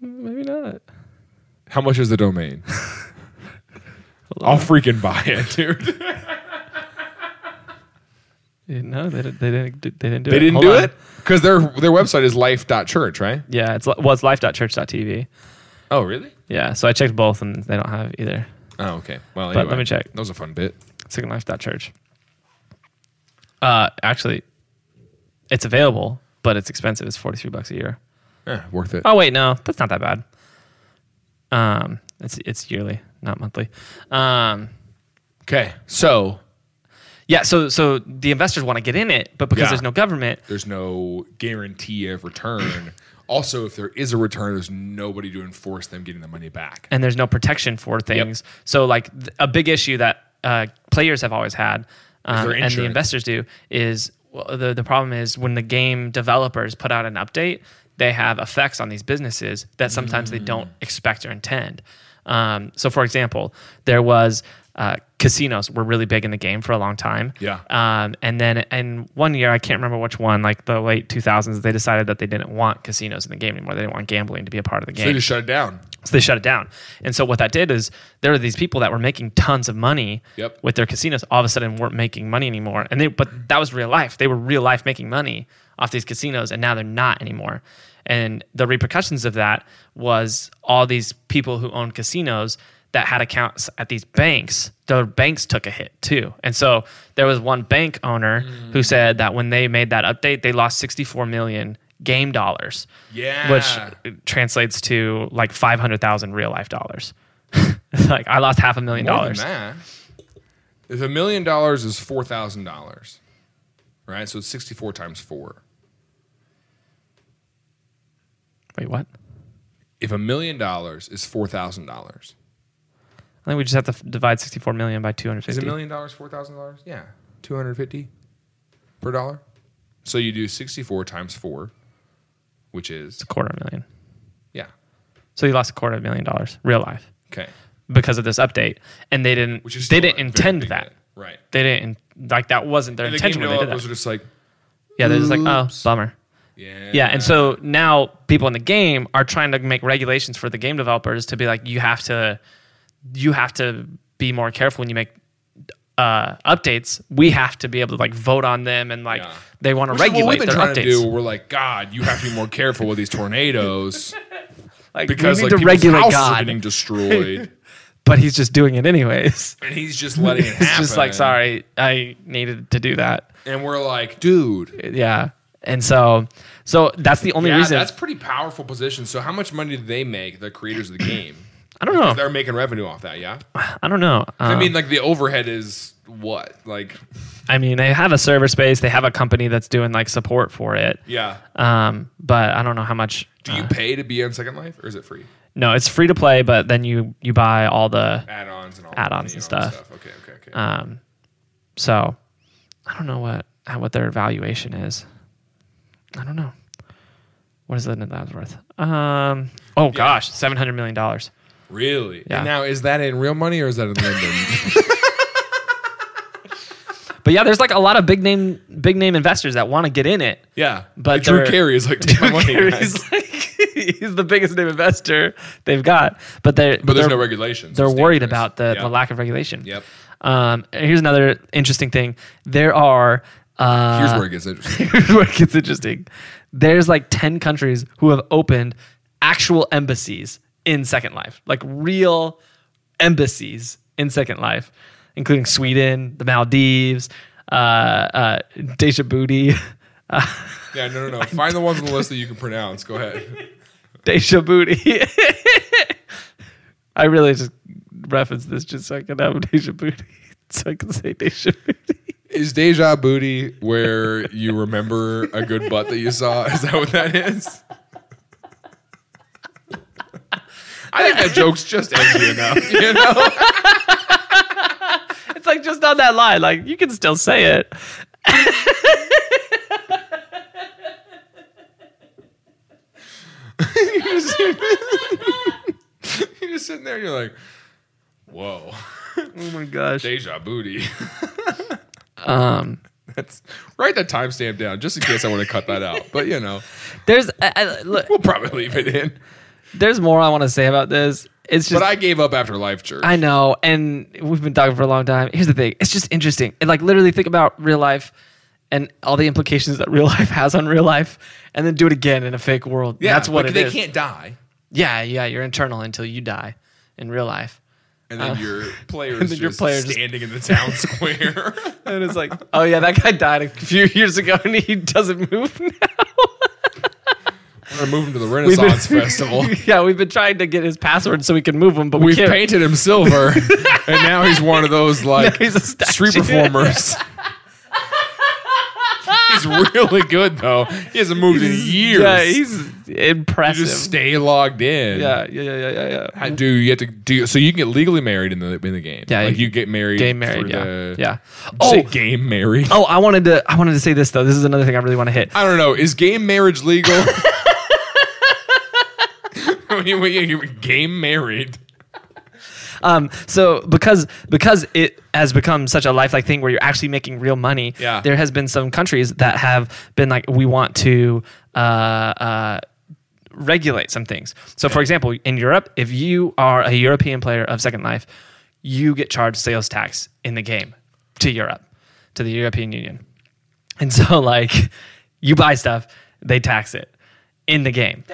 A: Maybe not.
B: How much is the domain? I'll freaking buy it, dude.
A: no, they didn't. They didn't. They didn't do
B: They
A: it.
B: didn't
A: Hold
B: do
A: on.
B: it because their their website is life.church, right?
A: Yeah, it's li- well, it's life.church.tv.
B: Oh, really?
A: Yeah, so I checked both and they don't have either.
B: Oh, okay. Well,
A: But
B: anyway,
A: let me check.
B: That was a fun bit.
A: secondlife.church. Uh, actually, it's available, but it's expensive. It's 43 bucks a year.
B: Yeah, worth it.
A: Oh wait, no, that's not that bad. Um, it's it's yearly, not monthly. Um,
B: Okay, so
A: yeah, so so the investors want to get in it, but because
B: Yeah.
A: there's no government,
B: there's no guarantee of return. also, if there is a return, there's nobody to enforce them getting the money back.
A: and there's no protection for things. So like th- a big issue that uh, players have always had, um,
B: their
A: and the
B: insurance.
A: investors do, is well, the the problem is when the game developers put out an update, they have effects on these businesses that sometimes they don't
B: Mm.
A: expect or intend. Um, so for example, there was. Uh, casinos were really big in the game for a long time.
B: Yeah.
A: Um, and then in one year, I can't remember which one, like the late 2000s, they decided that they didn't want casinos in the game anymore. They didn't want gambling to be a part of the game.
B: So they just shut it down.
A: So they shut it down. And so what that did is there were these people that were making tons of money
B: Yep.
A: with their casinos all of a sudden weren't making money anymore. And they but that was real life. They were real life making money off these casinos and now they're not anymore. And the repercussions of that was all these people who owned casinos that had accounts at these banks, their banks took a hit too. And so there was one bank owner who said that when they made that update, they lost 64 million game dollars.
B: Yeah.
A: Which it translates to like 500,000 real life dollars. like I lost half a million
B: More
A: dollars.
B: than that, if a million dollars is four thousand dollars, right? So it's sixty-four times four.
A: Wait, what?
B: If a million dollars is four thousand dollars,
A: I think we just have to f- divide 64 million by
B: is a
A: 250.
B: million dollars four thousand dollars? Yeah, two hundred fifty per dollar. So you do sixty-four times four, which is
A: quarter million.
B: yeah,
A: So you lost a quarter of a million dollars real life
B: okay,
A: because of this update and they didn't
B: which is
A: they
B: still
A: didn't
B: a very
A: intend
B: big
A: that.
B: hit. right?
A: They didn't like that wasn't their
B: And the game
A: intention when they did that.
B: developers are just like,
A: yeah, they're just like, "Oh, bummer."
B: yeah,
A: Yeah, and so now people in the game are trying to make regulations for the game developers to be like, you have to, you have to be more careful when you make uh, updates. We have to be able to like vote on them and like
B: Yeah.
A: they want to
B: Which is
A: regulate
B: what we've been
A: their
B: trying
A: updates.
B: to do. We're like, God, you have to be more careful with these tornadoes
A: like,
B: because
A: we need
B: like
A: to
B: people's
A: regulate
B: houses are getting
A: God,
B: destroyed.
A: but he's just doing it anyways.
B: and he's just letting it happen.
A: It's just like, sorry, I needed to do that.
B: And we're like, dude,
A: Yeah, and so, so that's the only
B: yeah,
A: reason.
B: that's pretty powerful position. So how much money do they make, the creators of the game?
A: I don't know.
B: They're making revenue off that, yeah?
A: I don't know.
B: I
A: Um,
B: mean, like the overhead is what? Like,
A: I mean, they have a server space. They have a company that's doing like support for it.
B: yeah.
A: Um, but I don't know how much.
B: Do you pay to be on Second Life or is it free?
A: No, it's free to play, but then you you buy all the
B: Add-ons and all
A: Add-ons
B: you
A: and
B: know, all
A: stuff.
B: Okay, okay, okay.
A: um. So I don't know what how, what their valuation is. I don't know. What is the net that's worth? Um. Oh gosh, seven hundred million dollars.
B: really?
A: yeah.
B: And now is that in real money or is that in London?
A: But yeah, there's like a lot of big name big name investors that want to get in it.
B: yeah.
A: But
B: Drew
A: they're-
B: Carey is like, take my money.
A: Carey's
B: guys.
A: like, he's the biggest name investor they've got. But they're
B: But there's
A: they're,
B: no regulations.
A: they're
B: It's
A: worried
B: dangerous.
A: about the,
B: Yeah.
A: the lack of regulation.
B: Yep.
A: Um, and here's another interesting thing. There are. Uh,
B: Here's where it gets interesting.
A: here's where it gets interesting. There's like 10 countries who have opened actual embassies in Second Life, like real embassies in Second Life, including Sweden, the Maldives, uh, uh, Deja Booty.
B: Yeah, no, no, no. Find the ones on the list that you can pronounce. Go ahead.
A: Deja Booty. I really just reference this just so I can have Deja Booty, so I can say Deja Booty.
B: Is deja booty where you remember a good butt that you saw? Is that what that is? I think that joke's just edgy enough. You know?
A: It's like just on that line. Like you can still say it.
B: You're just sitting there and you're like, whoa,
A: Oh my gosh.
B: deja booty.
A: Um,
B: That's, write that timestamp down just in case I want to cut that out. But, you know,
A: there's I, I, look,
B: we'll probably leave it in.
A: there's more I want to say about this. It's just
B: But I gave up after Life Church.
A: I know, and we've been talking for a long time. Here's the thing: it's just interesting. And like literally, think about real life and all the implications that real life has on real life, and then do it again in a fake world.
B: Yeah,
A: That's what
B: like,
A: it
B: they
A: is.
B: can't die,
A: Yeah, yeah, you're internal until you die in real life.
B: and then your players
A: Uh, and then
B: just
A: your player just-
B: standing in the town square.
A: And it's like, oh yeah, that guy died a few years ago, and he doesn't move now.
B: We're moving to the Renaissance Festival.
A: yeah, we've been trying to get his password so we can move him, but we
B: We've
A: can't.
B: painted him silver, and now he's one of those like
A: he's a
B: street
A: statue.
B: performers. he's really good though. He hasn't moved in years.
A: Yeah, he's impressive.
B: just stay logged in.
A: yeah, yeah, yeah, yeah, yeah, yeah.
B: I do. You have to do so. You can get legally married in the in the game.
A: Yeah,
B: like
A: you-
B: you get married.
A: Game married.
B: through
A: Yeah,
B: the-
A: yeah.
B: Did you
A: Oh,
B: say game married.
A: oh, I wanted to. I wanted to say this though. This is another thing I really want to hit.
B: I don't know. Is game marriage legal? when you, when you- you were game married.
A: Um, so because because it has become such a lifelike thing where you're actually making real money,
B: Yeah.
A: there has been some countries that have been like, we want to uh, uh, regulate some things. So, for example, in Europe, if you are a European player of Second Life, you get charged sales tax in the game to Europe, to the European Union, and so like you buy stuff, they tax it in the game.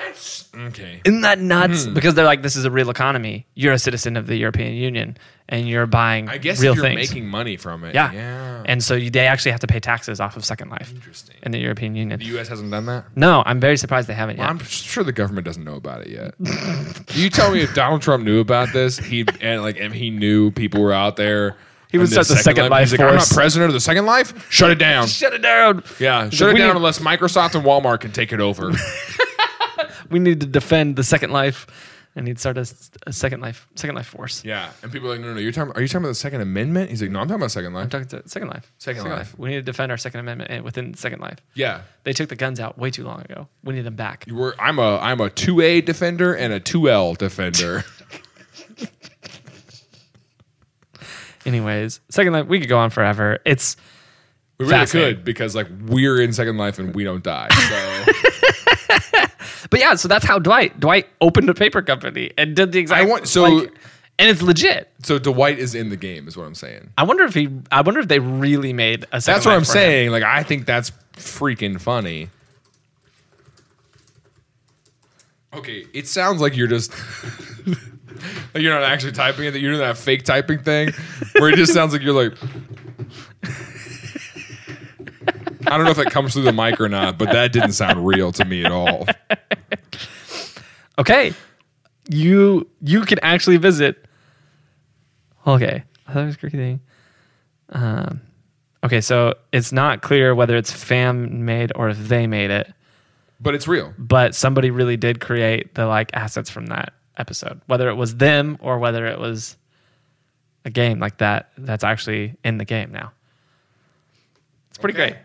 B: Okay.
A: Isn't that nuts?
B: Hmm.
A: Because they're like, this is a real economy. You're a citizen of the European Union, and you're buying
B: I guess
A: real
B: if you're
A: things.
B: making money from it.
A: yeah.
B: yeah.
A: and so you, they actually have to pay taxes off of Second Life
B: Interesting.
A: in the European Union.
B: The U.S. hasn't done that.
A: no, I'm very surprised they haven't yet.
B: I'm sure the government doesn't know about it yet. you tell me if Donald Trump knew about this, he and like if he knew people were out there. He
A: would start the Second Life
B: Like, I'm not
A: Force."
B: president of the Second Life. Shut it down.
A: Shut it down.
B: Yeah, shut it
A: We
B: down
A: need-
B: unless Microsoft and Walmart can take it over.
A: We need to defend the Second Life, and he'd start a, a Second Life Second Life force.
B: yeah, and people are like, no, no, no, you're talking. Are you talking about the Second Amendment? He's like, no, I'm talking about Second Life.
A: I'm talking to Second Life.
B: Second Life.
A: We need to defend our Second Amendment eh, within Second Life.
B: yeah,
A: They took the guns out way too long ago. We need them back.
B: you were. I'm a I'm a two A defender and a two L defender.
A: Anyways, Second Life. We could go on forever. It's
B: We really
A: Fascinating.
B: could because like we're in Second Life and we don't die. So
A: But yeah, so that's how Dwight Dwight opened a paper company and did the exact.
B: I want- so-
A: like- and it's legit.
B: so Dwight is in the game, is what I'm saying.
A: I wonder if he. I wonder if they really made a. Second
B: That's what
A: Life
B: I'm
A: for him.
B: saying. Like I think that's freaking funny. Okay, it sounds like you're just like you're not actually typing it. That you're doing that fake typing thing, where it just sounds like you're like. I don't know if that comes through the mic or not, but that didn't sound real to me at all.
A: Okay, you you can actually visit. Okay, I thought it was a great thing. Um, okay, so it's not clear whether it's fam made or if they made it,
B: But it's real.
A: but somebody really did create the like assets from that episode. Whether it was them or whether it was a game like that, that's actually in the game now.
B: It's
A: pretty great.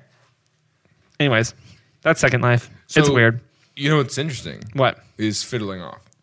A: Anyways, that's Second Life. it's weird.
B: You know what's interesting
A: What?
B: is fiddling off.